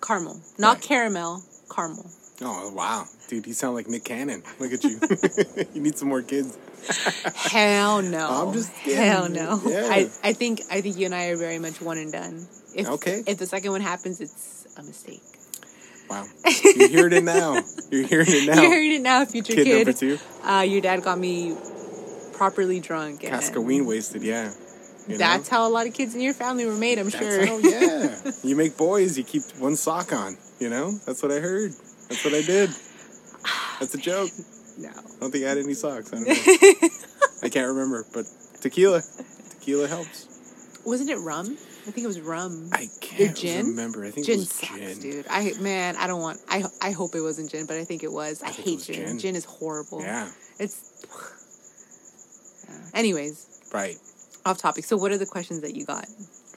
[SPEAKER 3] caramel, not
[SPEAKER 2] Right.
[SPEAKER 3] caramel, caramel.
[SPEAKER 2] Oh wow, dude, you sound like Nick Cannon. Look at you. you need some more kids.
[SPEAKER 3] Hell no.
[SPEAKER 2] I'm just kidding.
[SPEAKER 3] Hell no.
[SPEAKER 2] Yeah.
[SPEAKER 3] I, I think I think you and I are very much one and done. If,
[SPEAKER 2] Okay.
[SPEAKER 3] If the second one happens, it's a mistake.
[SPEAKER 2] Wow. You're hearing it now. You're hearing it now.
[SPEAKER 3] You're hearing it now, future
[SPEAKER 2] Kid
[SPEAKER 3] kid.
[SPEAKER 2] number two.
[SPEAKER 3] Uh, your dad got me properly drunk. and
[SPEAKER 2] Cascaween wasted. Yeah. You know?
[SPEAKER 3] That's how a lot of kids in your family were made, I'm sure.
[SPEAKER 2] That's how- yeah. you make boys, you keep one sock on. You know? That's what I heard. That's what I did. That's a joke.
[SPEAKER 3] no.
[SPEAKER 2] I don't think I had any socks. I don't know. I can't remember, but tequila. Tequila helps.
[SPEAKER 3] Wasn't it rum? I think it was rum.
[SPEAKER 2] I can't
[SPEAKER 3] gin?
[SPEAKER 2] remember. I think
[SPEAKER 3] gin
[SPEAKER 2] it was
[SPEAKER 3] sucks,
[SPEAKER 2] gin.
[SPEAKER 3] dude. I man, I don't want. I I hope it wasn't gin, but I think it was. I,
[SPEAKER 2] think
[SPEAKER 3] hate
[SPEAKER 2] it was
[SPEAKER 3] gin.
[SPEAKER 2] gin.
[SPEAKER 3] gin. is horrible.
[SPEAKER 2] Yeah.
[SPEAKER 3] It's. Yeah. Anyways,
[SPEAKER 2] Right.
[SPEAKER 3] off topic. So, what are the questions that you got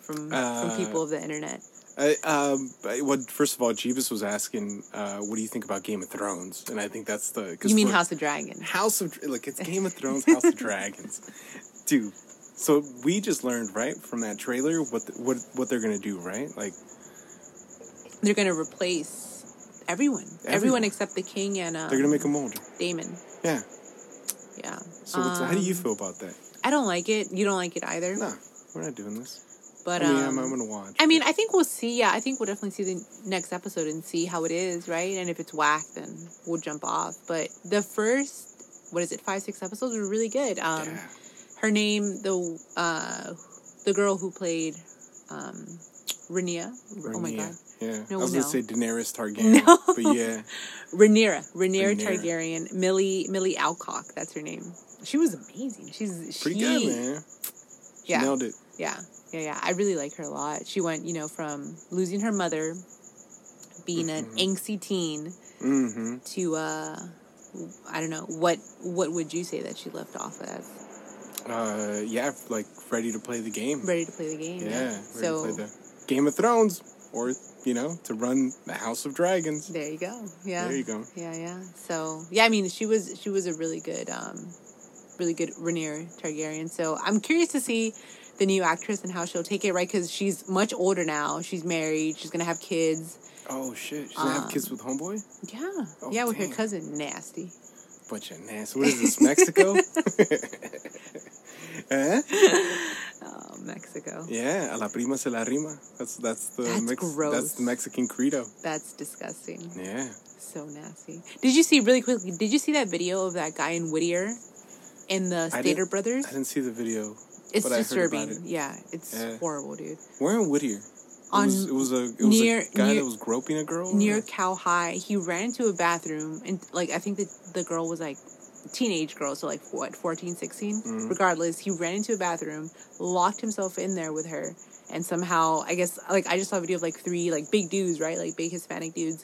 [SPEAKER 3] from
[SPEAKER 2] Uh,
[SPEAKER 3] from people of the internet?
[SPEAKER 2] I, um, I- well, first of all, Jeebus was asking, uh, "What do you think about Game of Thrones?" And I think that's the 'cause
[SPEAKER 3] You mean
[SPEAKER 2] we're-
[SPEAKER 3] House of Dragon?
[SPEAKER 2] House of like it's Game of Thrones, House of Dragons, dude. So we just learned right from that trailer what the, what what they're gonna do, right? Like
[SPEAKER 3] They're gonna replace everyone. Everyone,
[SPEAKER 2] Everyone.
[SPEAKER 3] except the king and um,
[SPEAKER 2] they're gonna make them older.
[SPEAKER 3] Damon.
[SPEAKER 2] Yeah.
[SPEAKER 3] Yeah.
[SPEAKER 2] So what's, how do you
[SPEAKER 3] Um,
[SPEAKER 2] feel about that?
[SPEAKER 3] I don't like it. You don't like it either.
[SPEAKER 2] No, we're not doing this.
[SPEAKER 3] But
[SPEAKER 2] I
[SPEAKER 3] um,
[SPEAKER 2] mean, I'm, I'm gonna watch.
[SPEAKER 3] I mean, I think we'll see. Yeah, I think we'll definitely see the next episode and see how it is, right? And if it's whack, then we'll jump off. But the first, what is it, five, six episodes were really good. Um,
[SPEAKER 2] Yeah.
[SPEAKER 3] Her name, the uh, the girl who played um, Rhaenyra. Oh my
[SPEAKER 2] Rhaenyra.
[SPEAKER 3] god,
[SPEAKER 2] Yeah,
[SPEAKER 3] No
[SPEAKER 2] I was
[SPEAKER 3] one
[SPEAKER 2] gonna say
[SPEAKER 3] knows.
[SPEAKER 2] Daenerys Targaryen,
[SPEAKER 3] No.
[SPEAKER 2] but yeah,
[SPEAKER 3] Rhaenyra, Rhaenyra
[SPEAKER 2] Rhaenyra.
[SPEAKER 3] Targaryen, Millie Millie Alcock. That's her name. She was amazing. She's
[SPEAKER 2] pretty
[SPEAKER 3] she,
[SPEAKER 2] good, man. She
[SPEAKER 3] Yeah,
[SPEAKER 2] nailed it.
[SPEAKER 3] Yeah, yeah, yeah. I really like her a lot. She went, you know, from losing her mother, being an angsty teen,
[SPEAKER 2] Mm-hmm.
[SPEAKER 3] to uh, I don't know what what would you say that she left off as?
[SPEAKER 2] Uh, yeah, like ready to play the game.
[SPEAKER 3] Ready to play the game.
[SPEAKER 2] Yeah, ready
[SPEAKER 3] So
[SPEAKER 2] to play the Game of Thrones, or you know, to run the House of Dragons.
[SPEAKER 3] there you go. Yeah.
[SPEAKER 2] There you go.
[SPEAKER 3] Yeah, yeah. So yeah, I mean, she was she was a really good, um, really good Rhaenyra Targaryen. So I'm curious to see the new actress and how she'll take it, right? Because she's much older now. She's married. She's gonna have kids.
[SPEAKER 2] Oh shit, she's gonna have kids
[SPEAKER 3] Um,
[SPEAKER 2] with homeboy.
[SPEAKER 3] Yeah,
[SPEAKER 2] Oh,
[SPEAKER 3] yeah, with
[SPEAKER 2] damn.
[SPEAKER 3] her cousin, nasty.
[SPEAKER 2] Bunch of nasty. What is this, Mexico? eh?
[SPEAKER 3] Oh, Mexico.
[SPEAKER 2] Yeah, a la prima se la rima. That's that's the
[SPEAKER 3] That's
[SPEAKER 2] Mex-
[SPEAKER 3] gross.
[SPEAKER 2] that's the Mexican credo.
[SPEAKER 3] That's disgusting.
[SPEAKER 2] Yeah.
[SPEAKER 3] So nasty. Did you see really quickly? Did you see that video of that guy in Whittier and the
[SPEAKER 2] I
[SPEAKER 3] Stater
[SPEAKER 2] didn't-
[SPEAKER 3] brothers?
[SPEAKER 2] I didn't see the video.
[SPEAKER 3] It's
[SPEAKER 2] but I heard about
[SPEAKER 3] disturbing.
[SPEAKER 2] it.
[SPEAKER 3] Yeah, it's
[SPEAKER 2] Yeah.
[SPEAKER 3] horrible, dude.
[SPEAKER 2] Where in Whittier?
[SPEAKER 3] On
[SPEAKER 2] it was, it was a it was
[SPEAKER 3] near-
[SPEAKER 2] a guy
[SPEAKER 3] near-
[SPEAKER 2] that was groping a girl.
[SPEAKER 3] Near
[SPEAKER 2] or-
[SPEAKER 3] Cow High, he ran into a bathroom and like I think the the girl was like teenage girl, so like what 14, 16?
[SPEAKER 2] Mm-hmm.
[SPEAKER 3] Regardless, he ran into a bathroom, locked himself in there with her, and somehow I guess like I just saw a video of like three like big dudes, right, like big Hispanic dudes,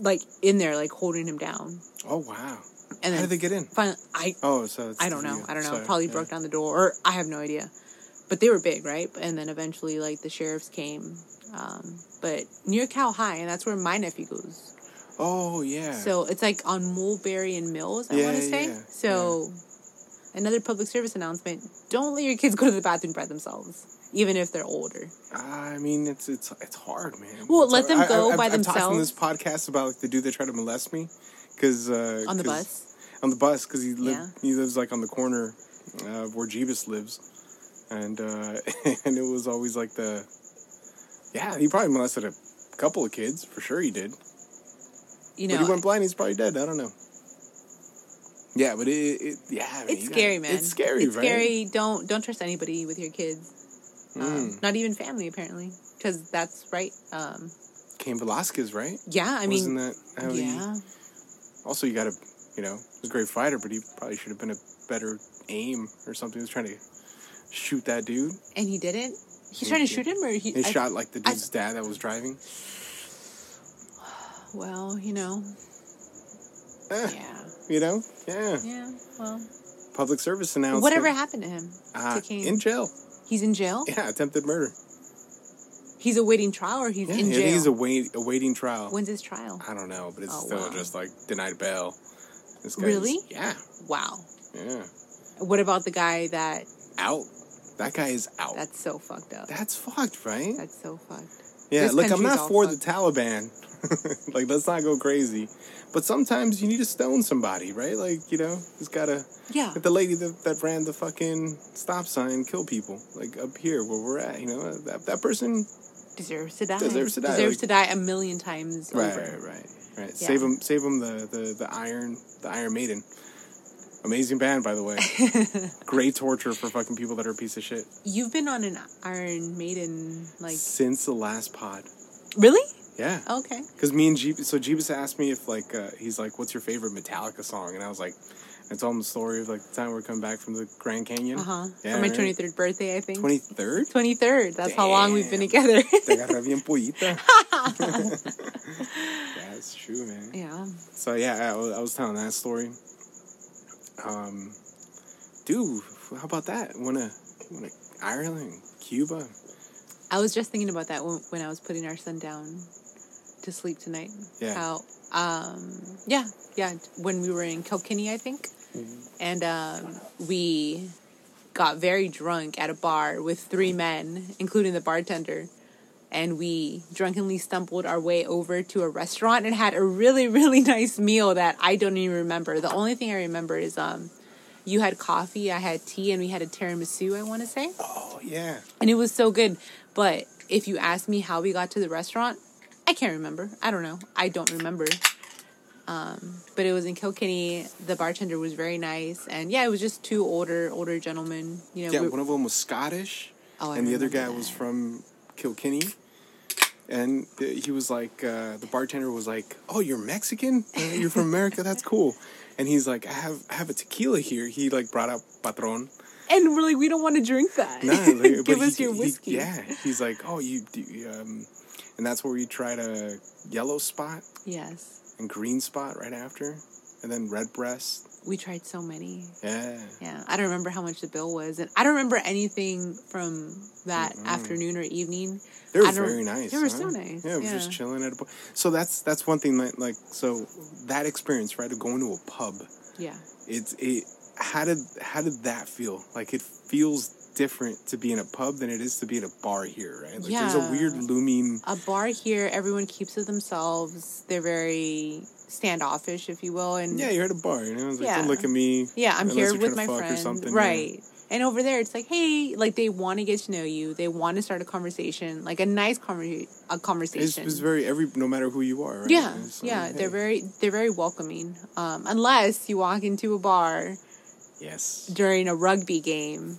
[SPEAKER 3] like in there like holding him down.
[SPEAKER 2] Oh wow.
[SPEAKER 3] And
[SPEAKER 2] How
[SPEAKER 3] then
[SPEAKER 2] did they get in?
[SPEAKER 3] Fin- I
[SPEAKER 2] Oh, so it's
[SPEAKER 3] I
[SPEAKER 2] the
[SPEAKER 3] don't know.
[SPEAKER 2] video.
[SPEAKER 3] I don't know.
[SPEAKER 2] Sorry.
[SPEAKER 3] Probably
[SPEAKER 2] Yeah.
[SPEAKER 3] broke down the door, or I have no idea. But they were big, right? And then eventually, like the sheriffs came. Um, but near Cow High, and that's where my nephew goes.
[SPEAKER 2] Oh yeah.
[SPEAKER 3] So it's like on Mulberry and Mills, I
[SPEAKER 2] Yeah,
[SPEAKER 3] want to say.
[SPEAKER 2] yeah,
[SPEAKER 3] so another public service announcement: Don't let your kids go to the bathroom by themselves, even if they're older.
[SPEAKER 2] I mean, it's it's it's hard, man.
[SPEAKER 3] Well,
[SPEAKER 2] It's
[SPEAKER 3] let them
[SPEAKER 2] hard.
[SPEAKER 3] go by
[SPEAKER 2] I've talked on
[SPEAKER 3] themselves.
[SPEAKER 2] this podcast about like, the dude that tried to molest me, because uh,
[SPEAKER 3] On the
[SPEAKER 2] 'cause-
[SPEAKER 3] bus?
[SPEAKER 2] On the bus, because he li-
[SPEAKER 3] Yeah.
[SPEAKER 2] he lives like on the corner uh, where Jeebus lives, and uh, and it was always like the, yeah, he probably molested a couple of kids for sure. He did,
[SPEAKER 3] You
[SPEAKER 2] but he
[SPEAKER 3] know,
[SPEAKER 2] went blind. He's probably dead. I don't know. Yeah, but it, it yeah, I mean,
[SPEAKER 3] it's
[SPEAKER 2] you gotta-
[SPEAKER 3] scary, man.
[SPEAKER 2] It's scary,
[SPEAKER 3] It's
[SPEAKER 2] right? Hmm.
[SPEAKER 3] scary. Don't don't trust anybody with your kids. Um, not even family, apparently, because that's right. Um,
[SPEAKER 2] Cain Velasquez, right?
[SPEAKER 3] Yeah, I mean,
[SPEAKER 2] Wasn't that how he?
[SPEAKER 3] yeah,
[SPEAKER 2] Also, you got to, you know, he was a great fighter, but he probably should have been a better aim or something. He was trying to shoot that dude.
[SPEAKER 3] and he didn't. He's trying to shoot him, or he
[SPEAKER 2] He
[SPEAKER 3] I-
[SPEAKER 2] shot like the
[SPEAKER 3] I-
[SPEAKER 2] dude's dad that was driving.
[SPEAKER 3] Well, you know,
[SPEAKER 2] Eh,
[SPEAKER 3] yeah,
[SPEAKER 2] You know, yeah.
[SPEAKER 3] yeah. Well,
[SPEAKER 2] Public service announcement.
[SPEAKER 3] whatever happened to him?
[SPEAKER 2] Uh,
[SPEAKER 3] to Kane?
[SPEAKER 2] in jail.
[SPEAKER 3] he's in jail.
[SPEAKER 2] Yeah, attempted murder.
[SPEAKER 3] He's awaiting trial, or he's
[SPEAKER 2] Yeah,
[SPEAKER 3] in
[SPEAKER 2] and
[SPEAKER 3] jail.
[SPEAKER 2] he's await, awaiting trial.
[SPEAKER 3] When's his trial?
[SPEAKER 2] I don't know, but it's
[SPEAKER 3] Oh,
[SPEAKER 2] still
[SPEAKER 3] wow.
[SPEAKER 2] just like denied bail. This guy's-
[SPEAKER 3] Really?
[SPEAKER 2] Yeah,
[SPEAKER 3] Wow.
[SPEAKER 2] yeah.
[SPEAKER 3] What about the guy that?
[SPEAKER 2] Out. That guy is out. That's,
[SPEAKER 3] That's so fucked up.
[SPEAKER 2] fucked, right?
[SPEAKER 3] That's so fucked.
[SPEAKER 2] Yeah,
[SPEAKER 3] This
[SPEAKER 2] look, I'm
[SPEAKER 3] country's
[SPEAKER 2] not
[SPEAKER 3] all
[SPEAKER 2] for the Taliban. like, let's not go crazy. But sometimes you need to stone somebody, right? Like, you know, just gotta.
[SPEAKER 3] Yeah.
[SPEAKER 2] Like the lady that, that ran the fucking stop sign kill people, like up here where we're at, you know, that, that person.
[SPEAKER 3] Deserves to die.
[SPEAKER 2] Deserves to die,
[SPEAKER 3] Deserves
[SPEAKER 2] like-
[SPEAKER 3] to die a million times over.
[SPEAKER 2] right, right.
[SPEAKER 3] Yeah.
[SPEAKER 2] Save 'em Save them, save them the, the, the Iron, the Iron Maiden. Amazing band, by the way. Great torture for fucking people that are a piece of shit.
[SPEAKER 3] You've been on an Iron Maiden, like Oh.
[SPEAKER 2] Since the last pod.
[SPEAKER 3] really?
[SPEAKER 2] Yeah.
[SPEAKER 3] Okay.
[SPEAKER 2] Because me and Jeebus, so Jeebus asked me if like uh, he's like, "What's your favorite Metallica song?" And I was like, "I told him the story of like the time we are coming back from the Grand Canyon."
[SPEAKER 3] Uh huh.
[SPEAKER 2] Yeah,
[SPEAKER 3] For my twenty third birthday, I think.
[SPEAKER 2] Twenty third.
[SPEAKER 3] Twenty third. That's how long we've been
[SPEAKER 2] Damn.
[SPEAKER 3] together.
[SPEAKER 2] Te agarra bien pollita. That's true, man.
[SPEAKER 3] yeah.
[SPEAKER 2] So yeah, I was, I was telling that story. Um, dude, how about that? Wanna, wanna Ireland, Cuba?
[SPEAKER 3] I was just thinking about that when, when I was putting our son down to sleep tonight.
[SPEAKER 2] Yeah.
[SPEAKER 3] How, um, yeah, yeah, when we were in Kilkenny, I think. And um, we got very drunk at a bar with three men, including the bartender. And we drunkenly stumbled our way over to a restaurant and had a really, really nice meal that I don't even remember. The only thing I remember is um, You had coffee, I had tea, and we had a tiramisu, I want to say.
[SPEAKER 2] Oh yeah.
[SPEAKER 3] And it was so good. But if you ask me how we got to the restaurant, I can't remember. I don't know. I don't remember. Um, but it was in Kilkenny. The bartender was very nice, and yeah, it was just two older older gentlemen. You know,
[SPEAKER 2] Yeah,
[SPEAKER 3] we-
[SPEAKER 2] one of them was Scottish,
[SPEAKER 3] Oh, I
[SPEAKER 2] and the other guy
[SPEAKER 3] remember
[SPEAKER 2] was
[SPEAKER 3] that.
[SPEAKER 2] from Kilkenny. And uh, he was like, uh, the bartender was like, "Oh, you're Mexican? Uh, You're from America? That's cool." And he's like, "I have I have a tequila here." He like brought out Patron.
[SPEAKER 3] and we're like, we don't want to drink that.
[SPEAKER 2] No, like, but
[SPEAKER 3] Give us
[SPEAKER 2] he-
[SPEAKER 3] your
[SPEAKER 2] he-
[SPEAKER 3] whiskey.
[SPEAKER 2] yeah, he's like, "Oh, you do," um, and that's where we tried a yellow spot
[SPEAKER 3] Yes,
[SPEAKER 2] and green spot right after, and then red breast.
[SPEAKER 3] we tried so many.
[SPEAKER 2] Yeah,
[SPEAKER 3] Yeah, I don't remember how much the bill was, and I don't remember anything from that afternoon or evening.
[SPEAKER 2] They were
[SPEAKER 3] I don't-
[SPEAKER 2] very nice.
[SPEAKER 3] They were
[SPEAKER 2] huh?
[SPEAKER 3] so nice.
[SPEAKER 2] Yeah, it was just chilling at a bar. So that's that's one thing that like so that experience, right, of going to a pub.
[SPEAKER 3] Yeah.
[SPEAKER 2] It's it how did how did that feel? Like it feels different to be in a pub than it is to be at a bar here, right? Like there's
[SPEAKER 3] Yeah.
[SPEAKER 2] a weird looming
[SPEAKER 3] a bar here, everyone keeps to themselves. They're very standoffish, if you will, and
[SPEAKER 2] Yeah, you're at a bar, you know, it's like
[SPEAKER 3] Yeah.
[SPEAKER 2] don't look at me.
[SPEAKER 3] Yeah, I'm
[SPEAKER 2] unless
[SPEAKER 3] here
[SPEAKER 2] you're
[SPEAKER 3] with
[SPEAKER 2] tryna
[SPEAKER 3] my
[SPEAKER 2] fuck or
[SPEAKER 3] friend.
[SPEAKER 2] something, yeah.
[SPEAKER 3] Right. And over there, it's like, hey, like they want to get to know you. They want to start a conversation, like a nice conver- a
[SPEAKER 2] It's,
[SPEAKER 3] conversation.
[SPEAKER 2] it's very every no matter who you are, right?
[SPEAKER 3] yeah,
[SPEAKER 2] It's like,
[SPEAKER 3] yeah.
[SPEAKER 2] hey.
[SPEAKER 3] They're very they're very welcoming. Um, unless you walk into a bar
[SPEAKER 2] Yes.
[SPEAKER 3] during a rugby game,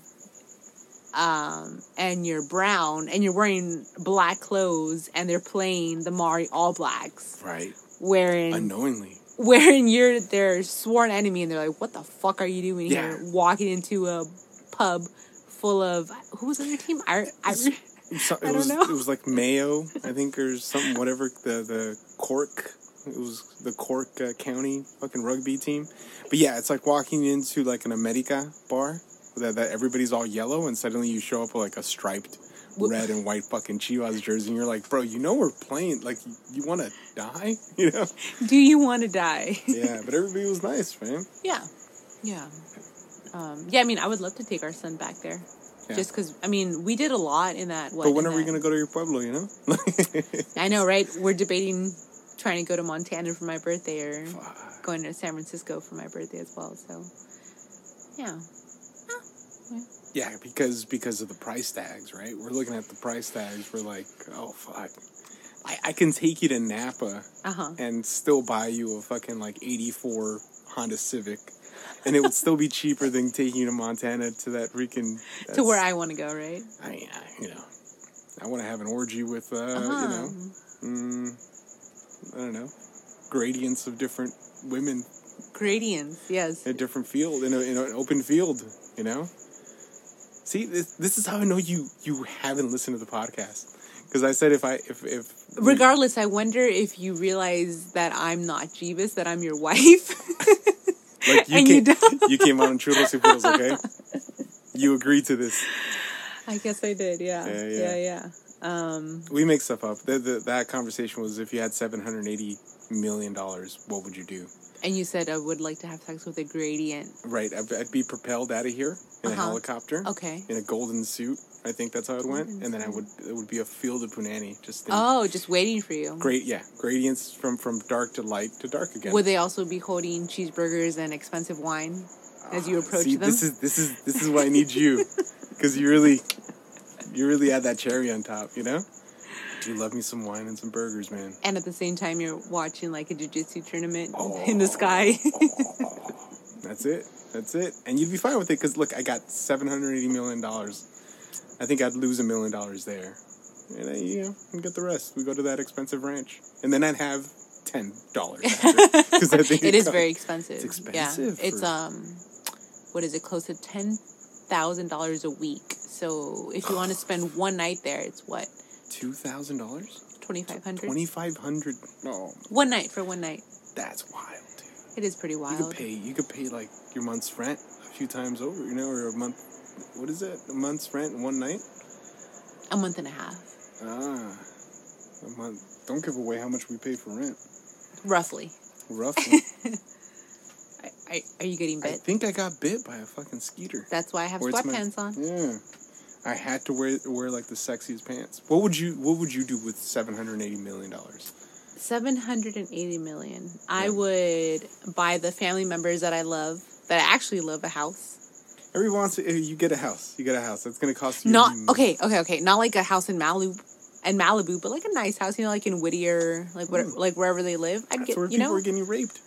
[SPEAKER 3] um, and you're brown and you're wearing black clothes and they're playing the Mari All Blacks,
[SPEAKER 2] Right.
[SPEAKER 3] wearing
[SPEAKER 2] Unknowingly.
[SPEAKER 3] wherein you're their sworn enemy and they're like, what the fuck are you doing
[SPEAKER 2] Yeah.
[SPEAKER 3] here? Walking into a pub full of, who was on your team? I, I,
[SPEAKER 2] So, it
[SPEAKER 3] I don't
[SPEAKER 2] was,
[SPEAKER 3] know.
[SPEAKER 2] It was like mayo, I think, or something. Whatever the the Cork. It was the Cork uh, County fucking rugby team. But yeah, it's like walking into like an America bar that, that everybody's all yellow, and suddenly you show up with like a striped.
[SPEAKER 3] Wh-
[SPEAKER 2] Red and white fucking Chivas jersey, and you're like, bro, you know we're playing. Like, you want to die, you know?
[SPEAKER 3] do you want to die?
[SPEAKER 2] Yeah, but everybody was nice, man.
[SPEAKER 3] yeah. Yeah. Um, yeah, I mean, I would love to take our son back there.
[SPEAKER 2] Yeah.
[SPEAKER 3] Just because, I mean, we did a lot in that. What,
[SPEAKER 2] But when
[SPEAKER 3] in
[SPEAKER 2] are we
[SPEAKER 3] that-
[SPEAKER 2] gonna go to your pueblo? You know?
[SPEAKER 3] I know, right? We're debating trying to go to Montana for my birthday or
[SPEAKER 2] Fuck.
[SPEAKER 3] going to San Francisco for my birthday as well. So, yeah.
[SPEAKER 2] Yeah, because because of the price tags, right? We're looking at the price tags. We're like, oh fuck, I, I can take you to Napa
[SPEAKER 3] Uh huh.
[SPEAKER 2] and still buy you a fucking like eighty four Honda Civic, and it would still be cheaper than taking you to Montana to that freaking
[SPEAKER 3] To where
[SPEAKER 2] that's-
[SPEAKER 3] I want to go, right?
[SPEAKER 2] I, mean, I you know I want to have an orgy with uh, you know
[SPEAKER 3] Um,
[SPEAKER 2] mm, I don't know gradients of different women
[SPEAKER 3] Gradients, yes.
[SPEAKER 2] a different field in, a, in an open field you know see this, this is how i know you you haven't listened to the podcast because i said if i if if
[SPEAKER 3] Regardless, I wonder if you realize that I'm not Jeebus, that I'm your wife.
[SPEAKER 2] like you
[SPEAKER 3] And you
[SPEAKER 2] came
[SPEAKER 3] don't.
[SPEAKER 2] you came out on Chulos and Feels, okay you agreed to this
[SPEAKER 3] I guess I did, yeah.
[SPEAKER 2] Yeah, yeah.
[SPEAKER 3] Yeah, yeah. Um,
[SPEAKER 2] we make stuff up the, the, that conversation was if you had 780 million dollars what would you do
[SPEAKER 3] and you said I would like to have sex with a gradient.
[SPEAKER 2] right i'd, I'd be propelled out of here in a
[SPEAKER 3] Uh-huh.
[SPEAKER 2] helicopter
[SPEAKER 3] Okay.
[SPEAKER 2] in a golden suit i think that's how it went and then i would it would be a field of punani just in
[SPEAKER 3] Oh, just waiting for you.
[SPEAKER 2] Great, yeah, gradients from from dark to light to dark again.
[SPEAKER 3] Would they also be holding cheeseburgers and expensive wine as you
[SPEAKER 2] Ah,
[SPEAKER 3] approach
[SPEAKER 2] See,
[SPEAKER 3] them?
[SPEAKER 2] this is this is this is why I need you, because you really, you really add that cherry on top. You know, do you love me some wine and some burgers, man?
[SPEAKER 3] and at the same time, you're watching like a jujitsu tournament
[SPEAKER 2] Oh.
[SPEAKER 3] in the sky.
[SPEAKER 2] That's it. That's it. And you'd be fine with it, because look, I got seven hundred eighty million dollars. I think I'd lose a million dollars there, and I, you know, and get the rest. We go to that expensive ranch, and then I'd have ten dollars. Because I think
[SPEAKER 3] it is
[SPEAKER 2] costs-
[SPEAKER 3] very expensive.
[SPEAKER 2] It's expensive
[SPEAKER 3] Yeah. It's
[SPEAKER 2] for-
[SPEAKER 3] um, what is it? Close to ten thousand dollars a week. So if you want to spend one night there, it's what
[SPEAKER 2] two thousand dollars.
[SPEAKER 3] twenty five hundred.
[SPEAKER 2] Twenty five hundred. No,
[SPEAKER 3] One night for one night.
[SPEAKER 2] that's wild, dude.
[SPEAKER 3] It is pretty
[SPEAKER 2] You
[SPEAKER 3] wild.
[SPEAKER 2] could pay. You could pay like your month's rent a few times over. You know, or a month. What is it? A month's rent in one night.
[SPEAKER 3] A month and a half,
[SPEAKER 2] Ah, a month. Don't give away how much we pay for rent.
[SPEAKER 3] roughly.
[SPEAKER 2] Roughly.
[SPEAKER 3] I, I, are you getting
[SPEAKER 2] I
[SPEAKER 3] bit?
[SPEAKER 2] think I got bit by a fucking skeeter.
[SPEAKER 3] That's why I have
[SPEAKER 2] Or it's my-
[SPEAKER 3] sweatpants on.
[SPEAKER 2] Yeah. I had to wear wear like the sexiest pants. What would you What would you do with seven hundred eighty million dollars?
[SPEAKER 3] Seven hundred and eighty million. I
[SPEAKER 2] Yeah.
[SPEAKER 3] would buy the family members that I love that I actually love a house.
[SPEAKER 2] Every once eh, you get a house, you get a house. That's gonna cost you.
[SPEAKER 3] Not okay, okay, okay. Not like a house in Malibu, in Malibu, but like a nice house, you know, like in Whittier, like what, like wherever they live. I'd
[SPEAKER 2] Mm. That's
[SPEAKER 3] get,
[SPEAKER 2] where
[SPEAKER 3] you
[SPEAKER 2] people
[SPEAKER 3] know,
[SPEAKER 2] are getting raped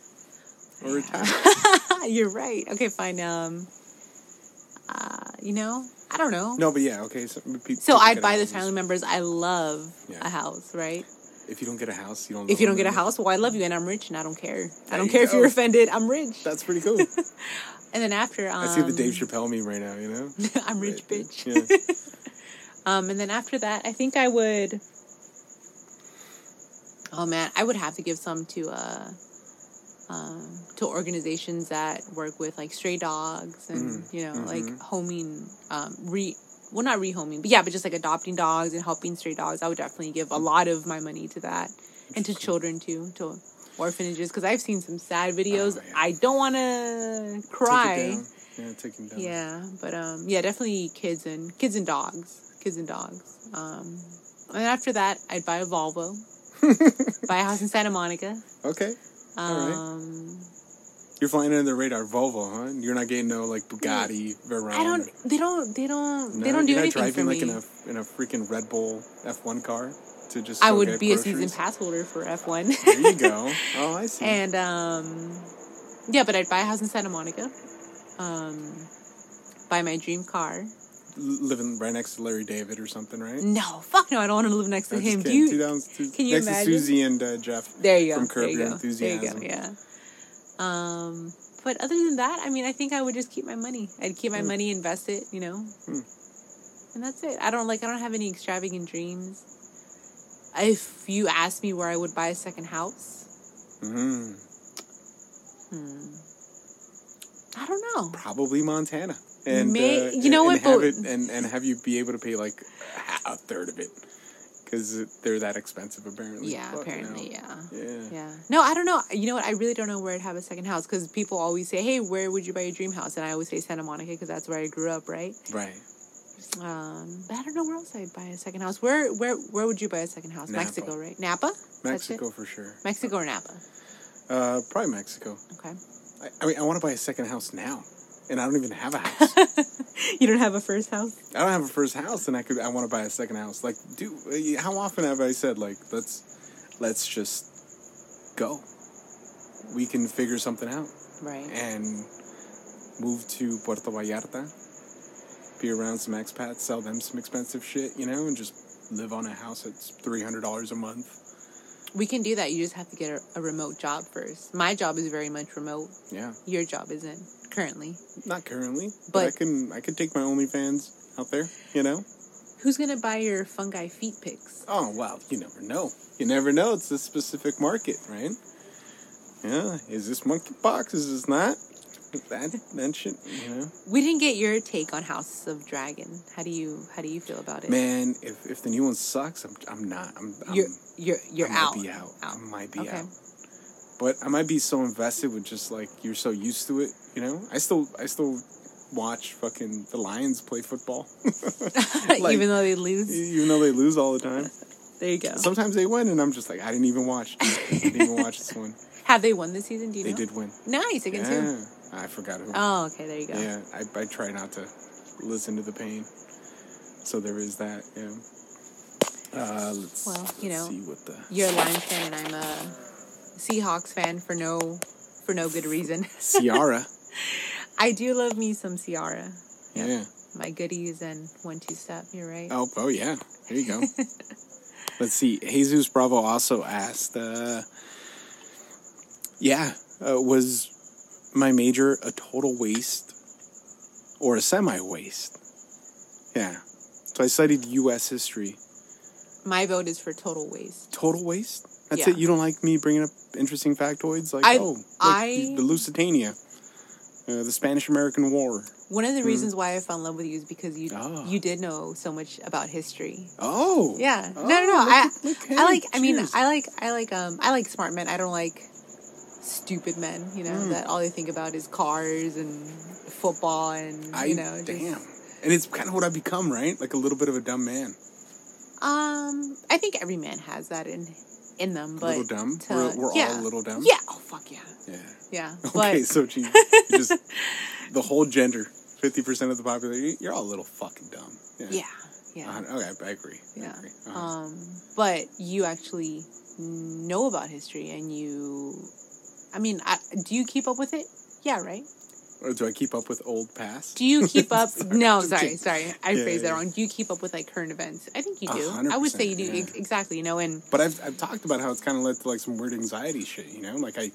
[SPEAKER 2] or attacked.
[SPEAKER 3] you're right. Okay, fine. Um, uh, you know, I don't know.
[SPEAKER 2] no, but yeah, okay. So, pe-
[SPEAKER 3] So
[SPEAKER 2] people
[SPEAKER 3] I'd
[SPEAKER 2] get
[SPEAKER 3] buy the
[SPEAKER 2] houses.
[SPEAKER 3] family members I love
[SPEAKER 2] Yeah.
[SPEAKER 3] a house, right?
[SPEAKER 2] If you don't get a house, you don't.
[SPEAKER 3] If
[SPEAKER 2] love
[SPEAKER 3] you don't
[SPEAKER 2] them.
[SPEAKER 3] get a house, well, I love you and I'm rich and I don't care. I
[SPEAKER 2] There
[SPEAKER 3] don't
[SPEAKER 2] you
[SPEAKER 3] care if
[SPEAKER 2] go.
[SPEAKER 3] you're offended. I'm rich.
[SPEAKER 2] that's pretty cool.
[SPEAKER 3] And then after, um,
[SPEAKER 2] I see the Dave Chappelle meme right now. You know,
[SPEAKER 3] I'm rich, bitch.
[SPEAKER 2] Yeah.
[SPEAKER 3] Um, and then after that, I think I would. Oh man, I would have to give some to uh, um, to organizations that work with like stray dogs and
[SPEAKER 2] Mm,
[SPEAKER 3] you know
[SPEAKER 2] mm-hmm.
[SPEAKER 3] like homing, um, re well not rehoming, but yeah, but just like adopting dogs and helping stray dogs. I would definitely give a lot of my money to that and to children too, to orphanages because I've seen some sad videos.
[SPEAKER 2] Oh, yeah.
[SPEAKER 3] I don't want to
[SPEAKER 2] Take it
[SPEAKER 3] cry.
[SPEAKER 2] down. Yeah, take him down.
[SPEAKER 3] Yeah, but um, yeah, definitely kids and kids and dogs, kids and dogs. Um, and after that, I'd buy a Volvo, buy a house in Santa Monica.
[SPEAKER 2] Okay. All right.
[SPEAKER 3] Um,
[SPEAKER 2] You're flying under the radar, Volvo, huh? You're not getting no like Bugatti Veyron.
[SPEAKER 3] I don't. They don't. They don't.
[SPEAKER 2] Um, No,
[SPEAKER 3] they don't do
[SPEAKER 2] you're not
[SPEAKER 3] anything for
[SPEAKER 2] driving like in
[SPEAKER 3] me.
[SPEAKER 2] a in a freaking Red Bull F1 car to just.
[SPEAKER 3] I
[SPEAKER 2] go
[SPEAKER 3] would
[SPEAKER 2] get
[SPEAKER 3] be a
[SPEAKER 2] groceries?
[SPEAKER 3] season pass holder for F one.
[SPEAKER 2] There you go. Oh, I see.
[SPEAKER 3] and um, yeah, but I'd buy a house in Santa Monica. Um, buy my dream car.
[SPEAKER 2] L- living right next to Larry David or something, right?
[SPEAKER 3] No, fuck no, I don't want to live next to
[SPEAKER 2] No, just
[SPEAKER 3] him.
[SPEAKER 2] kidding.
[SPEAKER 3] You,
[SPEAKER 2] Two downs, two-
[SPEAKER 3] can you
[SPEAKER 2] next
[SPEAKER 3] imagine?
[SPEAKER 2] to Susie and uh, Jeff.
[SPEAKER 3] There you go.
[SPEAKER 2] From Curb
[SPEAKER 3] there you
[SPEAKER 2] Your
[SPEAKER 3] go.
[SPEAKER 2] Enthusiasm.
[SPEAKER 3] There you go. Yeah. Um, but other than that, I mean, I think I would just keep my money. I'd keep
[SPEAKER 2] Hmm.
[SPEAKER 3] my money, invest it, you know, and that's it. I don't like. I don't have any extravagant dreams. If you asked me where I would buy a second house, Hmm.
[SPEAKER 2] Mm,
[SPEAKER 3] I don't know.
[SPEAKER 2] probably Montana. And
[SPEAKER 3] May-
[SPEAKER 2] uh,
[SPEAKER 3] you know
[SPEAKER 2] and
[SPEAKER 3] what,
[SPEAKER 2] Have
[SPEAKER 3] but-
[SPEAKER 2] it and and have you be able to pay like a- a third of it because they're that expensive apparently.
[SPEAKER 3] Yeah,
[SPEAKER 2] Fucking
[SPEAKER 3] apparently,
[SPEAKER 2] hell.
[SPEAKER 3] yeah.
[SPEAKER 2] Yeah.
[SPEAKER 3] Yeah. No, I don't know. You know what? I really don't know where I'd have a second house because people always say, "Hey, where would you buy your dream house?" And I always say Santa Monica because that's where I grew up, right?
[SPEAKER 2] Right.
[SPEAKER 3] Um, but I don't know where else I'd buy a second house. Where where where would you buy a second house?
[SPEAKER 2] Napa.
[SPEAKER 3] Mexico, right? Napa. That's it?
[SPEAKER 2] Mexico for sure.
[SPEAKER 3] Mexico or Napa.
[SPEAKER 2] Uh, probably Mexico.
[SPEAKER 3] Okay.
[SPEAKER 2] I, I mean, I want to buy a second house now, and I don't even have a house.
[SPEAKER 3] You don't have a first house.
[SPEAKER 2] I don't have a first house, and I could. I want to buy a second house. Like, dude, how often have I said like, let's, let's just go. We can figure something out
[SPEAKER 3] Right.
[SPEAKER 2] and move to Puerto Vallarta. Be around some expats, sell them some expensive shit, you know, and just live on a house that's three hundred dollars a month.
[SPEAKER 3] We can do that. You just have to get a, a remote job first. My job is very much remote.
[SPEAKER 2] Yeah,
[SPEAKER 3] Your job isn't currently.
[SPEAKER 2] not currently, but,
[SPEAKER 3] But-
[SPEAKER 2] I can. I could take my OnlyFans out there, you know.
[SPEAKER 3] Who's gonna buy your fungi feet pics?
[SPEAKER 2] Oh well, you never know. You never know. It's a specific market, right? Yeah. Is this monkeypox? Is this not? That that shit, you know.
[SPEAKER 3] We didn't get your take on House of Dragon. How do you how do you feel about it?
[SPEAKER 2] Man, if, if the new one sucks, I'm I'm not. I'm, I'm
[SPEAKER 3] you're you're you're
[SPEAKER 2] I might
[SPEAKER 3] out.
[SPEAKER 2] be out. I might be
[SPEAKER 3] okay.
[SPEAKER 2] out. But I might be so invested with just like you're so used to it, you know. I still I still watch fucking the Lions play football, Like-
[SPEAKER 3] Even though they lose,
[SPEAKER 2] even though they lose all the time.
[SPEAKER 3] there you go.
[SPEAKER 2] Sometimes they win, and I'm just like, I didn't even watch. dude. I didn't even watch this one.
[SPEAKER 3] Have they won this season? Do you
[SPEAKER 2] They
[SPEAKER 3] know?
[SPEAKER 2] did win.
[SPEAKER 3] Nice against who?
[SPEAKER 2] Yeah, I forgot who.
[SPEAKER 3] Oh, okay. There you go.
[SPEAKER 2] Yeah, I, I try not to listen to the pain. So there is that. Yeah. Uh, let's,
[SPEAKER 3] Well, you
[SPEAKER 2] let's
[SPEAKER 3] know,
[SPEAKER 2] see what the
[SPEAKER 3] You're a Lions fan, and I'm a Seahawks fan for no for no good reason.
[SPEAKER 2] Ciara.
[SPEAKER 3] I do love me some Ciara.
[SPEAKER 2] yeah.
[SPEAKER 3] My goodies and one two step. You're right.
[SPEAKER 2] Oh, oh yeah. There you go. Let's see. Jesus Bravo also asked. Uh, yeah, uh, was my major a total waste or a semi waste? Yeah. So I studied U.S. history.
[SPEAKER 3] My vote is for total waste.
[SPEAKER 2] total waste. That's
[SPEAKER 3] Yeah.
[SPEAKER 2] it. You don't like me bringing up interesting factoids like
[SPEAKER 3] I-
[SPEAKER 2] oh, look,
[SPEAKER 3] I-
[SPEAKER 2] the Lusitania, uh, the Spanish American War.
[SPEAKER 3] One of the reasons why I fell in love with you is because you
[SPEAKER 2] Hmm. Ah.
[SPEAKER 3] you did know so much about history.
[SPEAKER 2] Oh,
[SPEAKER 3] Yeah.
[SPEAKER 2] Oh,
[SPEAKER 3] no, no, no.
[SPEAKER 2] look
[SPEAKER 3] I
[SPEAKER 2] at- look
[SPEAKER 3] I
[SPEAKER 2] at
[SPEAKER 3] like.
[SPEAKER 2] it.
[SPEAKER 3] I mean,
[SPEAKER 2] Cheers.
[SPEAKER 3] I like. I like. Um, I like smart men. I don't like stupid men. You know
[SPEAKER 2] Mm.
[SPEAKER 3] that all they think about is cars and football and
[SPEAKER 2] I
[SPEAKER 3] you know. just-
[SPEAKER 2] damn. And it's kind of what I become, right? Like a little bit of a dumb man,
[SPEAKER 3] Um, I think every man has that in in them, but
[SPEAKER 2] little dumb?
[SPEAKER 3] to-
[SPEAKER 2] We're- we're all
[SPEAKER 3] yeah.
[SPEAKER 2] a little dumb?
[SPEAKER 3] Yeah, oh, fuck yeah.
[SPEAKER 2] Yeah.
[SPEAKER 3] Yeah.
[SPEAKER 2] Okay,
[SPEAKER 3] But
[SPEAKER 2] so geez, just the whole gender, fifty percent of the population. You're all a little fucking dumb.
[SPEAKER 3] yeah. Yeah.
[SPEAKER 2] Uh, okay, I agree. I
[SPEAKER 3] Yeah.
[SPEAKER 2] agree. Uh-huh.
[SPEAKER 3] Um, but you actually know about history and you, I mean, I, do you keep up with it? Yeah, right?
[SPEAKER 2] or do I keep up with old past?
[SPEAKER 3] Do you keep up? no,
[SPEAKER 2] just
[SPEAKER 3] sorry,
[SPEAKER 2] kidding.
[SPEAKER 3] sorry. I
[SPEAKER 2] Yeah,
[SPEAKER 3] phrased
[SPEAKER 2] yeah,
[SPEAKER 3] that wrong. Do you keep up with like current events? I think you
[SPEAKER 2] A
[SPEAKER 3] do.
[SPEAKER 2] hundred
[SPEAKER 3] I would say you do.
[SPEAKER 2] percent,
[SPEAKER 3] ex- Exactly. You know, and
[SPEAKER 2] but I've, I've talked about how it's kind of led to like some weird anxiety shit, you know? Like I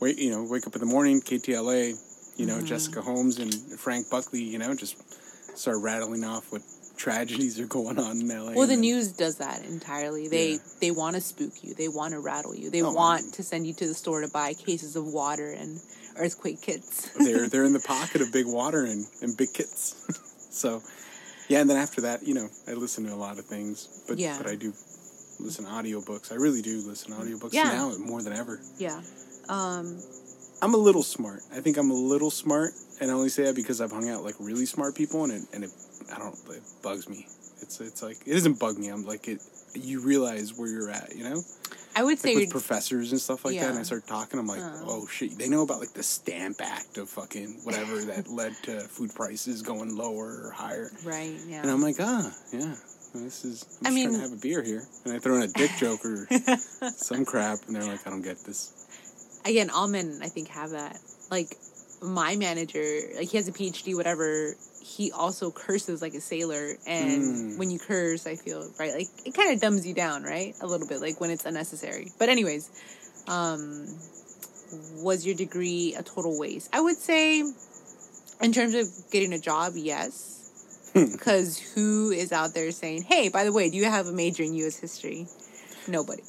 [SPEAKER 2] wait, you know, wake up in the morning, KTLA, you
[SPEAKER 3] Mm-hmm.
[SPEAKER 2] know, Jessica Holmes and Frank Buckley, you know, just start rattling off what tragedies are going on in LA.
[SPEAKER 3] well, the
[SPEAKER 2] and-
[SPEAKER 3] news does that entirely. They
[SPEAKER 2] Yeah.
[SPEAKER 3] they want to spook you. They want to rattle you. They
[SPEAKER 2] Oh, I
[SPEAKER 3] want
[SPEAKER 2] mean-
[SPEAKER 3] to send you to the store to buy cases of water and earthquake kits.
[SPEAKER 2] they're they're in the pocket of big water and, and big kits. so yeah, and then after that, you know, I listen to a lot of things. But
[SPEAKER 3] Yeah.
[SPEAKER 2] but I do listen to audiobooks. I really do listen to audiobooks
[SPEAKER 3] Yeah.
[SPEAKER 2] now more than ever.
[SPEAKER 3] yeah. Um.
[SPEAKER 2] I'm a little smart. I think I'm a little smart, and I only say that because I've hung out like really smart people, and it and it I don't it bugs me. It's it's like it doesn't bug me. I'm like it. You realize where you're at, you know,
[SPEAKER 3] I would say
[SPEAKER 2] like
[SPEAKER 3] you're
[SPEAKER 2] with professors and stuff like that. And
[SPEAKER 3] Yeah.
[SPEAKER 2] I start talking. I'm like, oh shit, they know about like the Stamp Act of fucking whatever that led to food prices going lower or higher.
[SPEAKER 3] right. Yeah.
[SPEAKER 2] And I'm like, ah, yeah, this is. I'm just
[SPEAKER 3] I
[SPEAKER 2] trying
[SPEAKER 3] mean-
[SPEAKER 2] to have a beer here, and I throw in a dick joke or some crap, and they're like, I don't get this.
[SPEAKER 3] again, all men I think have that. Like my manager, like he has a PhD, whatever. He also curses like a sailor, and
[SPEAKER 2] Mm.
[SPEAKER 3] when you curse, I feel right. Like it kind of dumbs you down, right, a little bit, like when it's unnecessary. But anyways, um, was your degree a total waste? I would say, in terms of getting a job, yes.
[SPEAKER 2] Hmm.
[SPEAKER 3] Because who is out there saying, "Hey, by the way, do you have a major in U.S. history?" Nobody,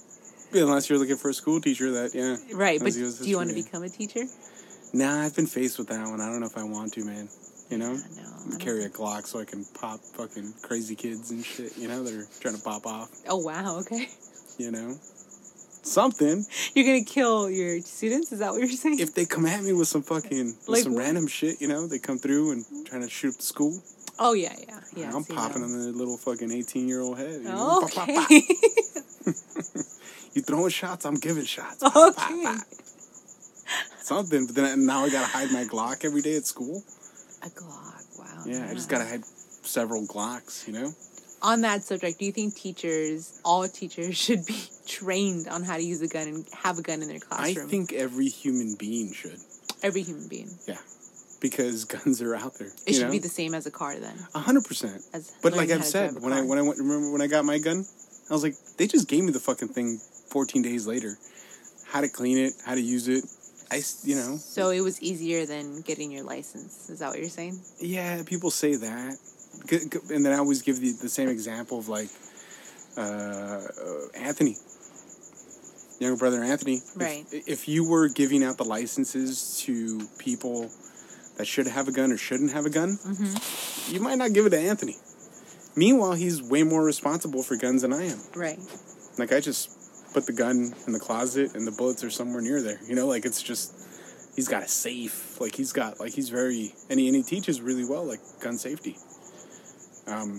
[SPEAKER 2] Unless you're looking for a school teacher, that yeah,
[SPEAKER 3] right? But
[SPEAKER 2] That's
[SPEAKER 3] do
[SPEAKER 2] U.S.
[SPEAKER 3] you want to
[SPEAKER 2] history.
[SPEAKER 3] become a teacher?
[SPEAKER 2] Nah, I've been faced with that one. I don't know if I want to, man. You know,
[SPEAKER 3] No, I
[SPEAKER 2] I
[SPEAKER 3] don't
[SPEAKER 2] carry a Glock so I can pop fucking crazy kids and shit. You know, that are trying to pop off.
[SPEAKER 3] Oh wow, okay.
[SPEAKER 2] You know, something.
[SPEAKER 3] You're gonna kill your students? Is that what you're saying?
[SPEAKER 2] If they come at me with some fucking with
[SPEAKER 3] Like
[SPEAKER 2] some
[SPEAKER 3] what?
[SPEAKER 2] random shit, you know, they come through and trying to shoot up the school.
[SPEAKER 3] oh yeah, yeah, yeah.
[SPEAKER 2] I'm
[SPEAKER 3] see,
[SPEAKER 2] popping
[SPEAKER 3] no.
[SPEAKER 2] them in their little fucking eighteen year old head. You know, Pop, pop,
[SPEAKER 3] Okay.
[SPEAKER 2] pop. You throwing shots, I'm giving shots. Pop, pop,
[SPEAKER 3] okay.
[SPEAKER 2] pop. Something. But then I, now I gotta hide my Glock every day at school.
[SPEAKER 3] A Glock. Wow.
[SPEAKER 2] Yeah, I just gotta hide several Glocks. You know.
[SPEAKER 3] On that subject, do you think teachers, all teachers, should be trained on how to use a gun and have a gun in their
[SPEAKER 2] I
[SPEAKER 3] classroom?
[SPEAKER 2] think every human being should.
[SPEAKER 3] every human being.
[SPEAKER 2] Yeah. Because guns are out there.
[SPEAKER 3] It
[SPEAKER 2] you
[SPEAKER 3] should
[SPEAKER 2] know?
[SPEAKER 3] be the same as a car then.
[SPEAKER 2] a hundred percent.
[SPEAKER 3] As
[SPEAKER 2] But
[SPEAKER 3] learning
[SPEAKER 2] like
[SPEAKER 3] how
[SPEAKER 2] I've
[SPEAKER 3] to
[SPEAKER 2] said,
[SPEAKER 3] drive a
[SPEAKER 2] when I
[SPEAKER 3] car.
[SPEAKER 2] when I went, remember when I got my gun, I was like, they just gave me the fucking thing fourteen days later. How to clean it, how to use it. I s- you know
[SPEAKER 3] So it was easier than getting your license. Is that what you're saying?
[SPEAKER 2] yeah people say that, G- g- and then I always give the, the same example of like uh, uh, Anthony. Younger brother Anthony, if-
[SPEAKER 3] Right.
[SPEAKER 2] If you were giving out the licenses to people that should have a gun or shouldn't have a gun,
[SPEAKER 3] Mm-hmm.
[SPEAKER 2] you might not give it to Anthony. Meanwhile, he's way more responsible for guns than I am.
[SPEAKER 3] Right.
[SPEAKER 2] Like I just put the gun in the closet and the bullets are somewhere near there. You know, like it's just he's got a safe. Like he's got like he's very and he and he teaches really well like gun safety. Um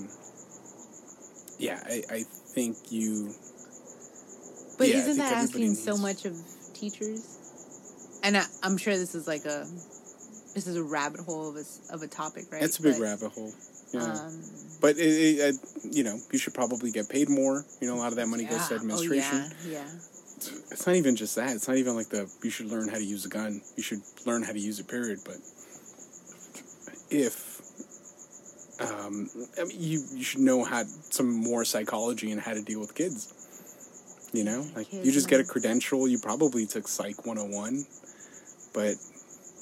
[SPEAKER 2] yeah, I, I think you
[SPEAKER 3] But
[SPEAKER 2] Yeah, I
[SPEAKER 3] isn't
[SPEAKER 2] think
[SPEAKER 3] that asking
[SPEAKER 2] everybody
[SPEAKER 3] so much of teachers? And I, I'm sure this is like a this is a rabbit hole of a s- of a topic, right?
[SPEAKER 2] that's a big
[SPEAKER 3] But,
[SPEAKER 2] rabbit hole. Yeah.
[SPEAKER 3] Um,
[SPEAKER 2] but it, it, I- you know, you should probably get paid more. You know, a lot of that money
[SPEAKER 3] yeah.
[SPEAKER 2] goes to administration.
[SPEAKER 3] Oh, yeah, yeah.
[SPEAKER 2] it's not even just that. It's not even like the you should learn how to use a gun. You should learn how to use it. Period. But if um, I mean, you you should know how some more psychology and how to deal with kids. You know, like you just get a credential. You probably took Psych 101, but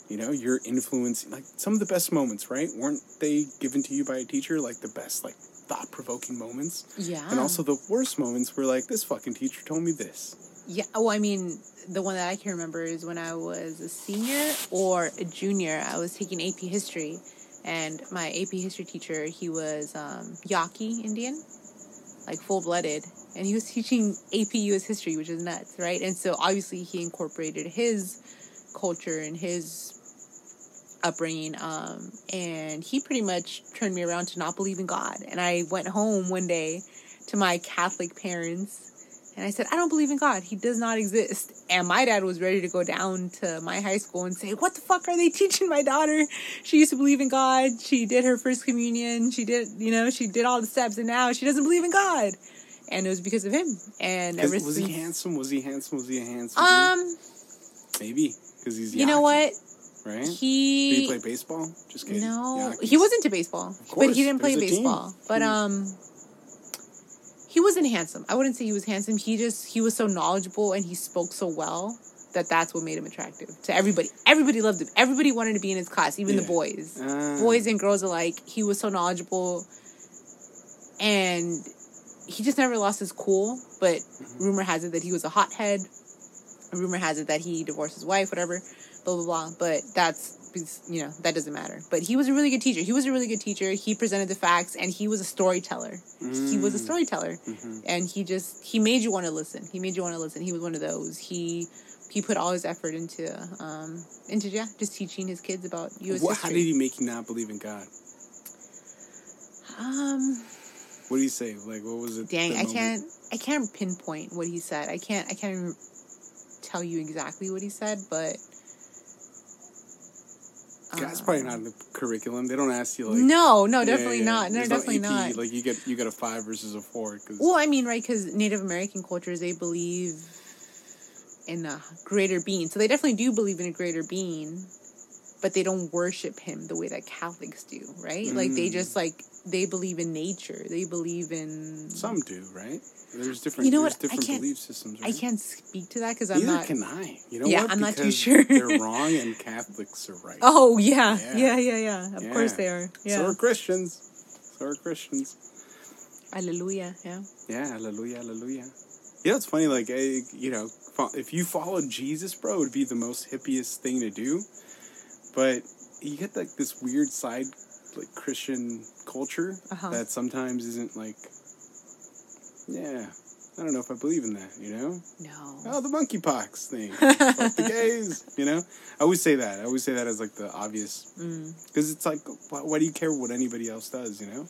[SPEAKER 2] you know you're influencing. Like some of the best moments, right? Weren't they given to you by a teacher? Like the best, like thought provoking moments.
[SPEAKER 3] Yeah.
[SPEAKER 2] And also the worst moments were like this fucking teacher told me this.
[SPEAKER 3] Yeah. Well, I mean, the one that I can remember is when I was a senior or a junior. I was taking AP History, and my AP History teacher, he was um, Yaqui Indian, like full blooded, and he was teaching AP U.S. History, which is nuts, right? And so obviously he incorporated his culture and his upbringing um and he pretty much turned me around to not believe in god and i went home one day to my catholic parents And I said, I don't believe in God. He does not exist. And my dad was ready to go down to my high school and say, What the fuck are they teaching my daughter? She used to believe in God. She did her first communion. She did, you know, she did all the steps and now she doesn't believe in God. And it was because of him. And
[SPEAKER 2] 'Cause
[SPEAKER 3] ever
[SPEAKER 2] Was
[SPEAKER 3] since.
[SPEAKER 2] he handsome? Was he handsome? Was he a handsome? dude?
[SPEAKER 3] um,
[SPEAKER 2] Maybe because he's.
[SPEAKER 3] you know
[SPEAKER 2] Yaki,
[SPEAKER 3] what?
[SPEAKER 2] Right. Did
[SPEAKER 3] He.
[SPEAKER 2] he play baseball? Just kidding.
[SPEAKER 3] No,
[SPEAKER 2] Yaki's-
[SPEAKER 3] he was into baseball, but
[SPEAKER 2] course,
[SPEAKER 3] he didn't play
[SPEAKER 2] there's a team.
[SPEAKER 3] baseball. But
[SPEAKER 2] Hmm.
[SPEAKER 3] um, he wasn't handsome. I wouldn't say he was handsome. He just he was so knowledgeable and he spoke so well that that's what made him attractive to everybody. Everybody loved him. Everybody wanted to be in his class, even the
[SPEAKER 2] Yeah.
[SPEAKER 3] boys,
[SPEAKER 2] Ah.
[SPEAKER 3] boys and girls alike. He was so knowledgeable, and he just never lost his cool. But rumor has it that he was a hothead. Rumor has it that he divorced his wife, whatever, blah blah blah. But that's you know that doesn't matter. But he was a really good teacher. He was a really good teacher. He presented the facts, and he was a storyteller. He
[SPEAKER 2] Mm.
[SPEAKER 3] was a storyteller,
[SPEAKER 2] Mm-hmm.
[SPEAKER 3] and he just he made you want to listen. He made you want to listen. He was one of those. He he put all his effort into um into yeah just teaching his kids about U.S.
[SPEAKER 2] What, how
[SPEAKER 3] history.
[SPEAKER 2] did he make you not believe in God?
[SPEAKER 3] um.
[SPEAKER 2] What did he say? Like, what was it?
[SPEAKER 3] Dang,
[SPEAKER 2] the
[SPEAKER 3] I
[SPEAKER 2] moment?
[SPEAKER 3] can't. I can't pinpoint what he said. I can't. I can't even tell you exactly what he said, but
[SPEAKER 2] That's probably not in the curriculum. They don't ask you like.
[SPEAKER 3] uh, no, no,
[SPEAKER 2] yeah,
[SPEAKER 3] definitely
[SPEAKER 2] yeah,
[SPEAKER 3] not. No,
[SPEAKER 2] there's
[SPEAKER 3] definitely
[SPEAKER 2] AP,
[SPEAKER 3] not.
[SPEAKER 2] Like you get you get a five versus a four because
[SPEAKER 3] well, I mean, right? Because Native American cultures they believe in a greater being, so they definitely do believe in a greater being, but they don't worship him the way that Catholics do, right? Like
[SPEAKER 2] Mm.
[SPEAKER 3] they just like they believe in nature. They believe in.
[SPEAKER 2] some do, right? There's different.
[SPEAKER 3] You know
[SPEAKER 2] there's
[SPEAKER 3] what? I
[SPEAKER 2] different
[SPEAKER 3] can't-
[SPEAKER 2] belief systems.
[SPEAKER 3] I
[SPEAKER 2] Right?
[SPEAKER 3] can't speak to that because I'm
[SPEAKER 2] Neither
[SPEAKER 3] not.
[SPEAKER 2] can I. You know
[SPEAKER 3] Yeah,
[SPEAKER 2] what?
[SPEAKER 3] I'm not too
[SPEAKER 2] Because
[SPEAKER 3] sure.
[SPEAKER 2] they're wrong and Catholics are right.
[SPEAKER 3] Oh yeah,
[SPEAKER 2] Yeah.
[SPEAKER 3] yeah, yeah, yeah. Of
[SPEAKER 2] Yeah.
[SPEAKER 3] course they are. Yeah.
[SPEAKER 2] So are Christians. So are Christians.
[SPEAKER 3] Hallelujah. Yeah.
[SPEAKER 2] Yeah, hallelujah, hallelujah. You know, it's funny, like, I, you know, fo- if you followed Jesus, bro, it would be the most hippiest thing to do. But you get, like, this weird side, like, Christian culture
[SPEAKER 3] Uh-huh.
[SPEAKER 2] that sometimes isn't, like, yeah, I don't know if I believe in that, you know?
[SPEAKER 3] No.
[SPEAKER 2] Oh, the monkeypox thing. Fuck the gays, you know? I always say that. I always say that as, like, the obvious.
[SPEAKER 3] Mm.
[SPEAKER 2] Because it's like, why, why do you care what anybody else does, you know?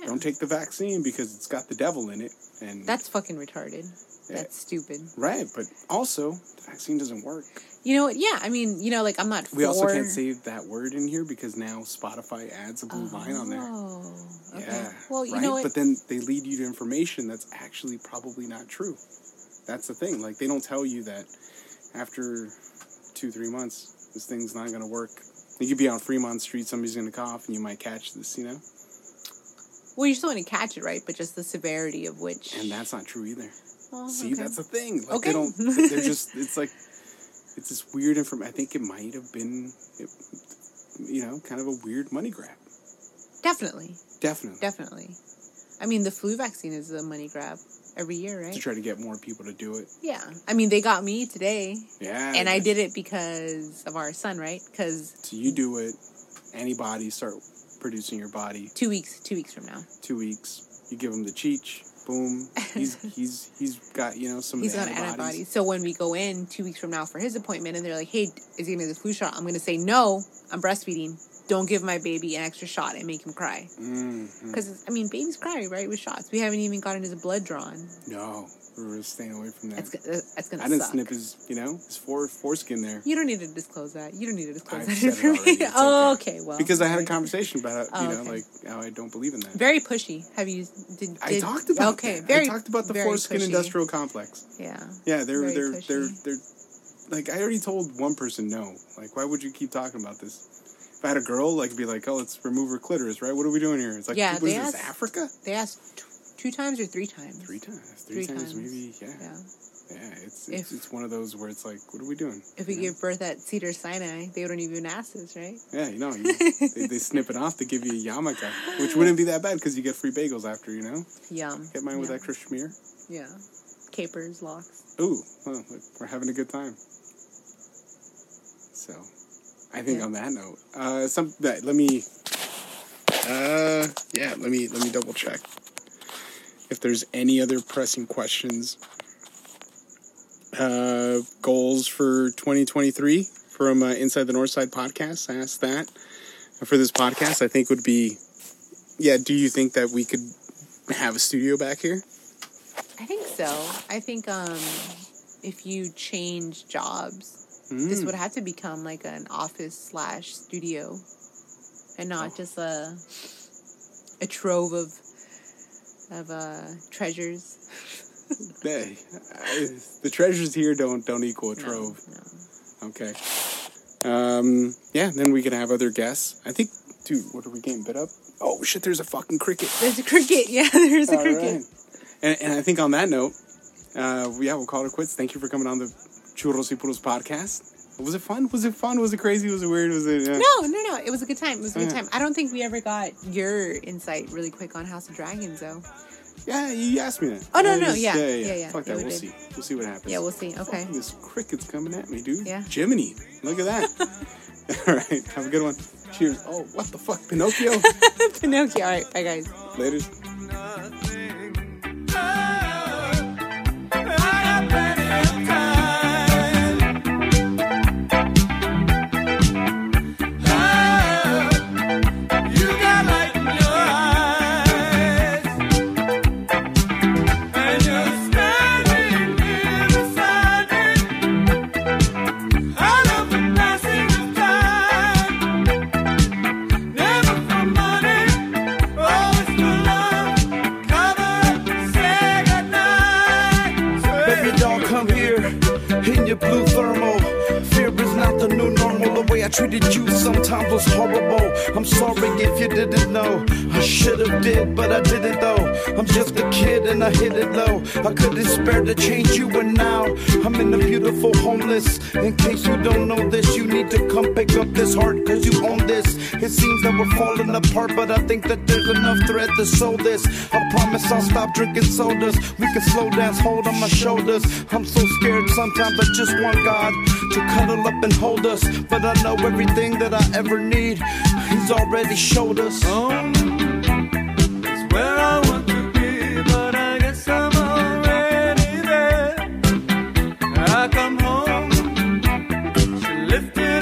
[SPEAKER 3] Yeah.
[SPEAKER 2] Don't take the vaccine because it's got the devil in it. And
[SPEAKER 3] That's fucking retarded.
[SPEAKER 2] Yeah.
[SPEAKER 3] That's stupid.
[SPEAKER 2] Right, but also the vaccine doesn't work.
[SPEAKER 3] You know what? Yeah, I mean, you know, like I'm not.
[SPEAKER 2] We also
[SPEAKER 3] for-
[SPEAKER 2] can't say that word in here because now Spotify adds a blue line on there.
[SPEAKER 3] Oh. Okay.
[SPEAKER 2] Yeah.
[SPEAKER 3] Well, you
[SPEAKER 2] right?
[SPEAKER 3] know what?
[SPEAKER 2] But then they lead you to information that's actually probably not true. That's the thing. Like they don't tell you that after two, three months, this thing's not gonna work. You could be on Fremont Street, somebody's gonna cough, and you might catch this, you know.
[SPEAKER 3] well, you're still going to catch it, right? But just the severity of which.
[SPEAKER 2] And that's not true either.
[SPEAKER 3] Well,
[SPEAKER 2] See,
[SPEAKER 3] Oh, okay.
[SPEAKER 2] that's the thing. Like,
[SPEAKER 3] Okay.
[SPEAKER 2] They don't. They're just. It's like. It's this weird information. I think it might have been, it, you know, kind of a weird money grab.
[SPEAKER 3] definitely,
[SPEAKER 2] Definitely.
[SPEAKER 3] definitely. I mean, the flu vaccine is a money grab every year, right?
[SPEAKER 2] To try to get more people to do it.
[SPEAKER 3] Yeah. I mean, they got me today,
[SPEAKER 2] Yeah.
[SPEAKER 3] and I
[SPEAKER 2] yeah.
[SPEAKER 3] did it because of our son, right? Because
[SPEAKER 2] So you do it. Antibodies start producing your body.
[SPEAKER 3] two weeks, two weeks from now,
[SPEAKER 2] Two weeks. You give him the cheech. Boom. He's he's he's got you know some.
[SPEAKER 3] He's
[SPEAKER 2] of
[SPEAKER 3] got
[SPEAKER 2] the
[SPEAKER 3] antibodies.
[SPEAKER 2] antibodies.
[SPEAKER 3] So when we go in two weeks from now for his appointment, and they're like, "Hey, is he gonna do the flu shot?" I'm gonna say, "No, I'm breastfeeding. Don't give my baby an extra shot and make him cry."
[SPEAKER 2] Mm-hmm.
[SPEAKER 3] Because I mean, babies cry right with shots. We haven't even gotten his blood drawn.
[SPEAKER 2] No, we're staying away from that.
[SPEAKER 3] That's go- uh, that's gonna.
[SPEAKER 2] I didn't
[SPEAKER 3] suck.
[SPEAKER 2] snip his you know his fore, foreskin there.
[SPEAKER 3] You don't need to disclose that. You don't need to disclose
[SPEAKER 2] I've
[SPEAKER 3] that
[SPEAKER 2] said it already.
[SPEAKER 3] information.
[SPEAKER 2] It's
[SPEAKER 3] Oh,
[SPEAKER 2] okay.
[SPEAKER 3] okay. Well,
[SPEAKER 2] because I had a
[SPEAKER 3] okay.
[SPEAKER 2] conversation about how,
[SPEAKER 3] Oh,
[SPEAKER 2] you know
[SPEAKER 3] okay.
[SPEAKER 2] like how I don't believe in that.
[SPEAKER 3] Very pushy. Have you? Did,
[SPEAKER 2] I
[SPEAKER 3] did-
[SPEAKER 2] talked about
[SPEAKER 3] Okay.
[SPEAKER 2] that.
[SPEAKER 3] Very.
[SPEAKER 2] I talked about the
[SPEAKER 3] very
[SPEAKER 2] foreskin
[SPEAKER 3] pushy.
[SPEAKER 2] industrial complex.
[SPEAKER 3] Yeah.
[SPEAKER 2] Yeah, they're
[SPEAKER 3] Very
[SPEAKER 2] they're
[SPEAKER 3] pushy.
[SPEAKER 2] they're they're like I already told one person no. Like, why would you keep talking about this? If I had a girl, like, be like, oh, let's remove her clitoris, right? What are we doing here? It's like,
[SPEAKER 3] Yeah,
[SPEAKER 2] what is
[SPEAKER 3] they
[SPEAKER 2] this
[SPEAKER 3] asked-
[SPEAKER 2] Africa?
[SPEAKER 3] They asked t- two times or three times.
[SPEAKER 2] Three times, three,
[SPEAKER 3] Three
[SPEAKER 2] times,
[SPEAKER 3] times.
[SPEAKER 2] maybe. Yeah, yeah.
[SPEAKER 3] Yeah.
[SPEAKER 2] it's it's,
[SPEAKER 3] If-
[SPEAKER 2] it's one of those where it's like, what are we doing?
[SPEAKER 3] If we
[SPEAKER 2] You know?
[SPEAKER 3] give birth at Cedar Sinai, they wouldn't even ask us, right?
[SPEAKER 2] yeah, you know, you, they, they snip it off to give you a yarmulke, which wouldn't be that bad because you get free bagels after, you know.
[SPEAKER 3] Yum.
[SPEAKER 2] Get mine with
[SPEAKER 3] yeah.
[SPEAKER 2] extra schmear.
[SPEAKER 3] Yeah. Capers, locks.
[SPEAKER 2] Ooh, well, look, we're having a good time. So, I think
[SPEAKER 3] Yeah.
[SPEAKER 2] on that note, uh, some that let me, uh, yeah, let me let me double check if there's any other pressing questions. Uh, goals for 2023 from uh, Inside the North Side podcast. I asked that And for this podcast. I think would be, yeah. Do you think that we could have a studio back here?
[SPEAKER 3] I think so. I think um, if you change jobs, this
[SPEAKER 2] Mm.
[SPEAKER 3] would have to become like an office slash studio, and not
[SPEAKER 2] Oh.
[SPEAKER 3] just a a trove of of uh, treasures.
[SPEAKER 2] Hey, I- the treasures here don't don't equal a
[SPEAKER 3] No,
[SPEAKER 2] trove.
[SPEAKER 3] no.
[SPEAKER 2] Okay. Um, yeah, then we can have other guests. I think, dude, what are we getting bit up? Oh shit! There's a fucking cricket.
[SPEAKER 3] There's a cricket. Yeah, there's a
[SPEAKER 2] All
[SPEAKER 3] cricket.
[SPEAKER 2] right. And, and I think on that note, uh, yeah, we'll call it quits. Thank you for coming on the Churros y Puros podcast. Was it fun? Was it fun? Was it crazy? Was it weird? Was it? Uh,
[SPEAKER 3] No, no, no. It was a good time. It was a good
[SPEAKER 2] Yeah.
[SPEAKER 3] time. I don't think we ever got your insight really quick on House of Dragons, though.
[SPEAKER 2] Yeah, you asked me that.
[SPEAKER 3] Oh, no,
[SPEAKER 2] I
[SPEAKER 3] no, yeah, yeah, yeah.
[SPEAKER 2] Fuck
[SPEAKER 3] Yeah,
[SPEAKER 2] that.
[SPEAKER 3] we
[SPEAKER 2] We'll
[SPEAKER 3] did.
[SPEAKER 2] see. We'll see what happens.
[SPEAKER 3] Yeah, we'll see. Okay.
[SPEAKER 2] This cricket's coming at me, dude.
[SPEAKER 3] Yeah.
[SPEAKER 2] Jiminy, look at that. All right, have a good one. Cheers. Oh, what the fuck, Pinocchio?
[SPEAKER 3] Pinocchio. All right. Bye, guys.
[SPEAKER 2] Later.
[SPEAKER 4] Never for money, always for love. Come on, say goodnight. Swear
[SPEAKER 1] Baby, don't come here in your blue thermal. Fear is not the new normal. The way I treated you sometimes was horrible. I'm sorry if you didn't know. I should have did, but I didn't though. I'm just a kid and I hit it low. I couldn't spare to change you, and now I'm in a beautiful homeless. In case you don't know this, you need to come pick up this heart, cause you own this. It seems that we're falling apart, but I think that there's enough thread to sew this. I promise I'll stop drinking sodas. We can slow dance, hold on my shoulders. I'm so scared sometimes I just want God to cuddle up and hold us. But I know everything that I ever need, He's already showed us.
[SPEAKER 4] It's where I want to be, but I guess I'm already there. I come home, she lifted